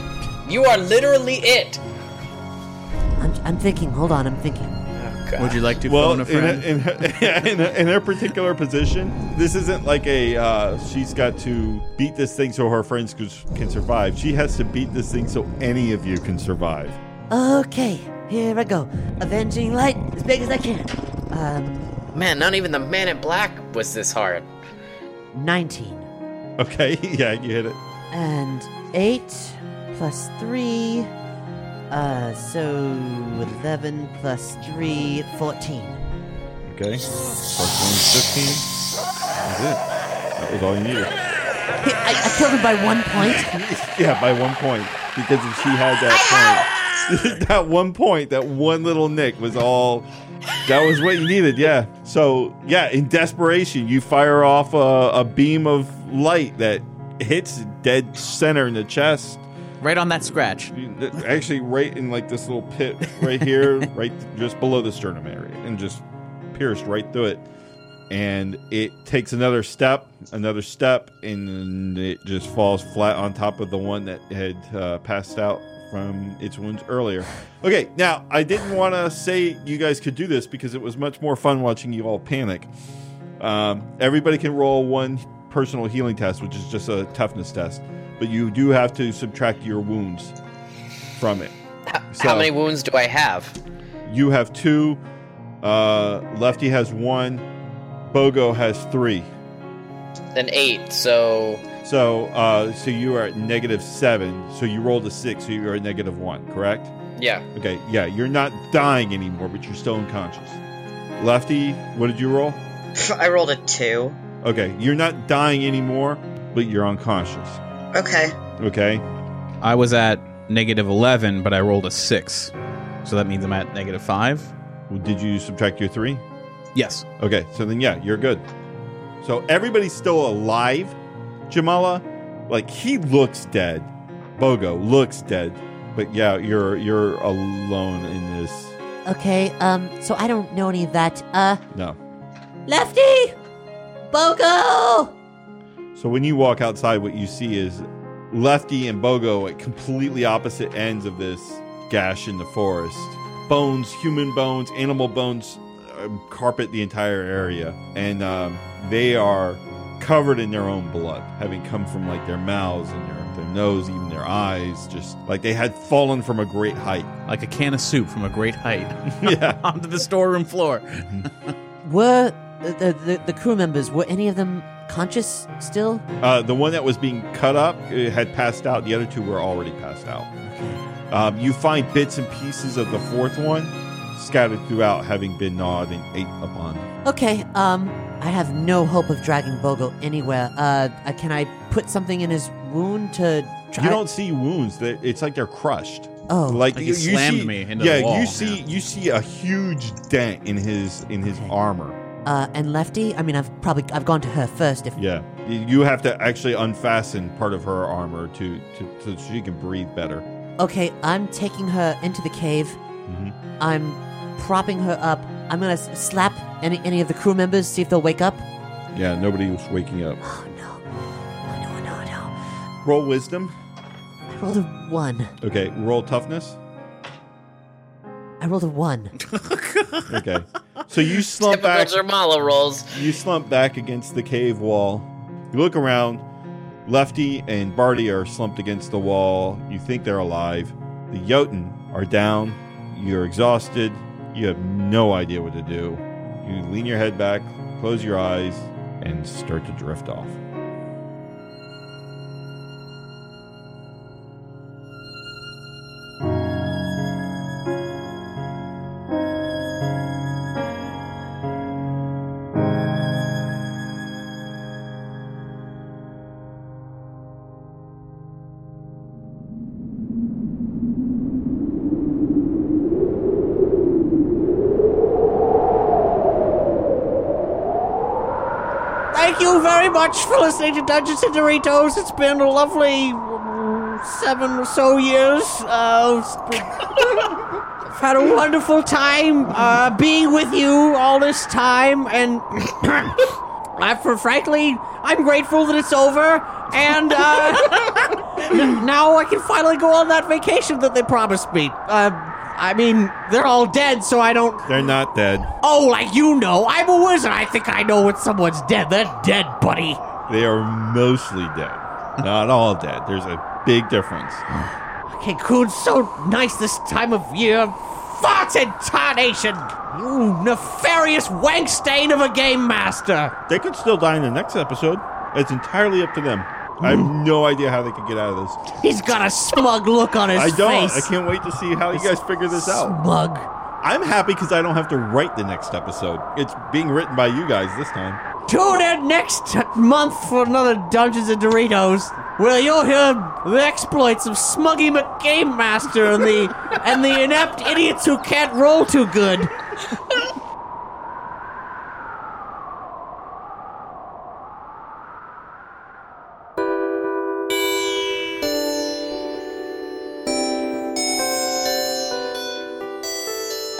D: You are literally it.
H: I'm, I'm thinking. Hold on, I'm thinking.
F: Would you like to
C: well,
F: phone a friend?
C: In, her- in, her- in, her- in her particular position, this isn't like a uh, she's got to beat this thing so her friends can, can survive. She has to beat this thing so any of you can survive.
H: Okay, here I go. Avenging light as big as I can. Um,
D: Man, not even the man in black was this hard.
H: 19
C: Okay, yeah, you hit it.
H: and 8 plus 3. Uh, so 11 plus 3, 14.
C: Okay. Plus one, 15. That's it. That was all you needed.
H: I, I killed him by one point.
C: Yeah, by one point. Because if she had that point, that one point, that one little nick was all. That was what you needed, yeah. So, yeah, in desperation, you fire off a, a beam of light that hits dead center in the chest.
F: Right on that scratch.
C: Actually, right in like this little pit right here, right just below the sternum area, and just pierced right through it. And it takes another step, another step, and it just falls flat on top of the one that had uh, passed out from its wounds earlier. Okay, now I didn't want to say you guys could do this because it was much more fun watching you all panic. Um, everybody can roll one personal healing test, which is just a toughness test, but you do have to subtract your wounds from it.
D: How many wounds do I have?
C: You have two. Uh, Lefty has one. Bogo has three.
D: An eight, so
C: So, uh, so you are at negative seven. So you rolled a six. So you're at negative one. Correct?
D: yeah.
C: Okay. Yeah, you're not dying anymore, but you're still unconscious. Lefty, what did you roll?
E: I rolled a two.
C: Okay, you're not dying anymore, but you're unconscious.
E: Okay.
C: Okay.
F: I was at negative 11, but I rolled a 6. So that means I'm at negative 5.
C: Did you subtract your 3?
F: Yes.
C: Okay, so then yeah, you're good. So everybody's still alive. Jamala, like he looks dead. Bogo looks dead. But yeah, you're you're alone in this.
H: Okay, um, so I don't know any of that. Uh,
C: No.
H: Lefty! Bogo!
C: So when you walk outside, what you see is Lefty and Bogo at completely opposite ends of this gash in the forest. Bones, human bones, animal bones uh, carpet the entire area, and um, they are covered in their own blood, having come from like their mouths and their, their nose, even their eyes, just like they had fallen from a great height,
F: like a can of soup from a great height.
C: yeah,
F: onto the storeroom floor.
H: Were the, the, the, the crew members, were any of them conscious still?
C: Uh, the one that was being cut up uh, had passed out. The other two were already passed out. Um, you find bits and pieces of the fourth one scattered throughout, having been gnawed and ate upon.
H: Okay, um, I have no hope of dragging Bogo anywhere. Uh, uh, can I put something in his wound to try?
C: You don't see wounds. That it's like they're crushed.
H: Oh.
C: like,
F: Like he
C: you, you
F: slammed
C: see,
F: me into the
C: yeah,
F: wall.
C: you see, you see a huge dent in his in his armor.
H: Uh, and Lefty, I mean, I've probably I've gone to her first. If
C: Yeah, You- you have to actually unfasten part of her armor to, to, to so she can breathe better.
H: okay, I'm taking her into the cave.
F: Mm-hmm.
H: I'm propping her up. I'm gonna s- slap any any of the crew members, see if they'll wake up.
C: Yeah, nobody was waking up. Oh no! No!
H: Oh,
C: No! No! Roll wisdom.
H: I rolled a one.
C: Okay, roll toughness.
H: I rolled a one.
C: Okay. So you slump back.
D: Jamala rolls.
C: You slump back against the cave wall. You look around. Lefty and Barty are slumped against the wall. You think they're alive. The Jotun are down. You're exhausted. You have no idea what to do. You lean your head back, close your eyes, and start to drift off.
B: Thank you very much for listening to Dungeons and Doritos. It's been a lovely mm, seven or so years. Uh, it's been- I've had a wonderful time uh, being with you all this time, and I, for frankly, I'm grateful that it's over. And uh, n- now I can finally go on that vacation that they promised me. Uh, I mean, they're all dead, so I don't
C: They're not dead.
B: Oh, like you know, I'm a wizard. I think I know when someone's dead. They're dead, buddy.
C: They are mostly dead. Not all dead. There's a big difference.
B: Okay, Cancun's so nice this time of year. Farts and tarnation! You nefarious wank stain of a game master!
C: They could still die in the next episode. It's entirely up to them. I have no idea how they could get out of this.
B: He's got a smug look on his
C: I don't.
B: face.
C: I can't wait to see how you guys figure this out.
B: Smug.
C: I'm happy because I don't have to write the next episode. It's being written by you guys this time.
B: Tune in next t- month for another Dungeons and Doritos, where you'll hear the exploits of Smuggy McGame Master and the and the inept idiots who can't roll too good.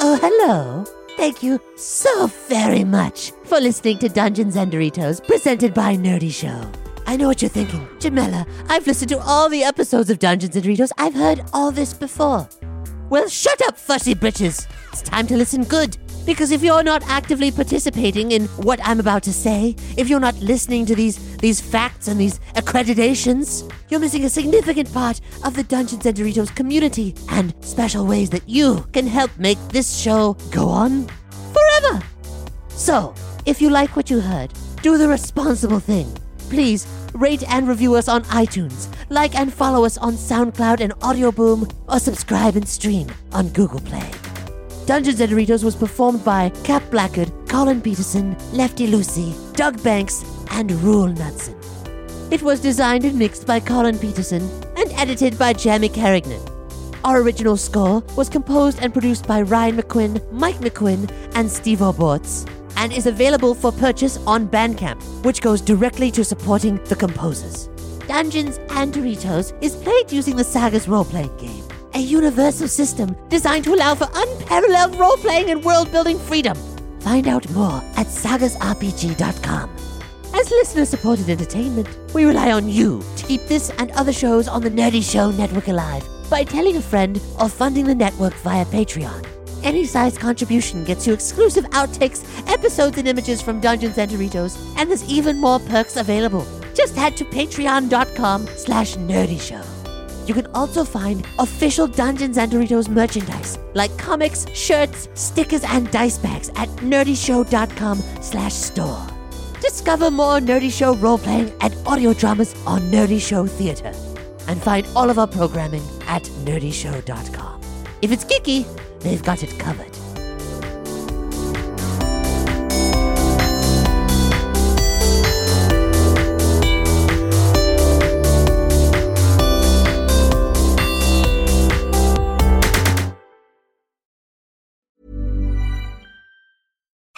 H: Oh, hello. Thank you so very much for listening to Dungeons and Doritos, presented by Nerdy Show. I know what you're thinking. Jamela, I've listened to all the episodes of Dungeons and Doritos. I've heard all this before. Well, shut up, fussy britches. It's time to listen good. Because if you're not actively participating in what I'm about to say, if you're not listening to these these facts and these accreditations, you're missing a significant part of the Dungeons and Doritos community and special ways that you can help make this show go on forever. So, if you like what you heard, do the responsible thing. Please rate and review us on iTunes, like and follow us on SoundCloud and Audioboom, or subscribe and stream on Google Play. Dungeons and Doritos was performed by Cap Blackard, Colin Peterson, Lefty Lucy, Doug Banks, and Rule Knudsen. It was designed and mixed by Colin Peterson and edited by Jamie Carrignan. Our original score was composed and produced by Ryan McQuinn, Mike McQuinn, and Steve O'Bortz, and is available for purchase on Bandcamp, which goes directly to supporting the composers. Dungeons and Doritos is played using the Saga's role playing game, a universal system designed to allow for unparalleled role playing and world building freedom. Find out more at sagasrpg.com. As listener supported entertainment, we rely on you to keep this and other shows on the Nerdy Show Network alive by telling a friend or funding the network via Patreon. Any size contribution gets you exclusive outtakes, episodes, and images from Dungeons and Doritos, and there's even more perks available. Just head to patreon.com slash nerdyshow. You can also find official Dungeons and Doritos merchandise, like comics, shirts, stickers, and dice bags at nerdyshow.com slash store. Discover more Nerdy Show role-playing and audio dramas on Nerdy Show Theatre. And find all of our programming at nerdyshow.com. If it's geeky, they've got it covered.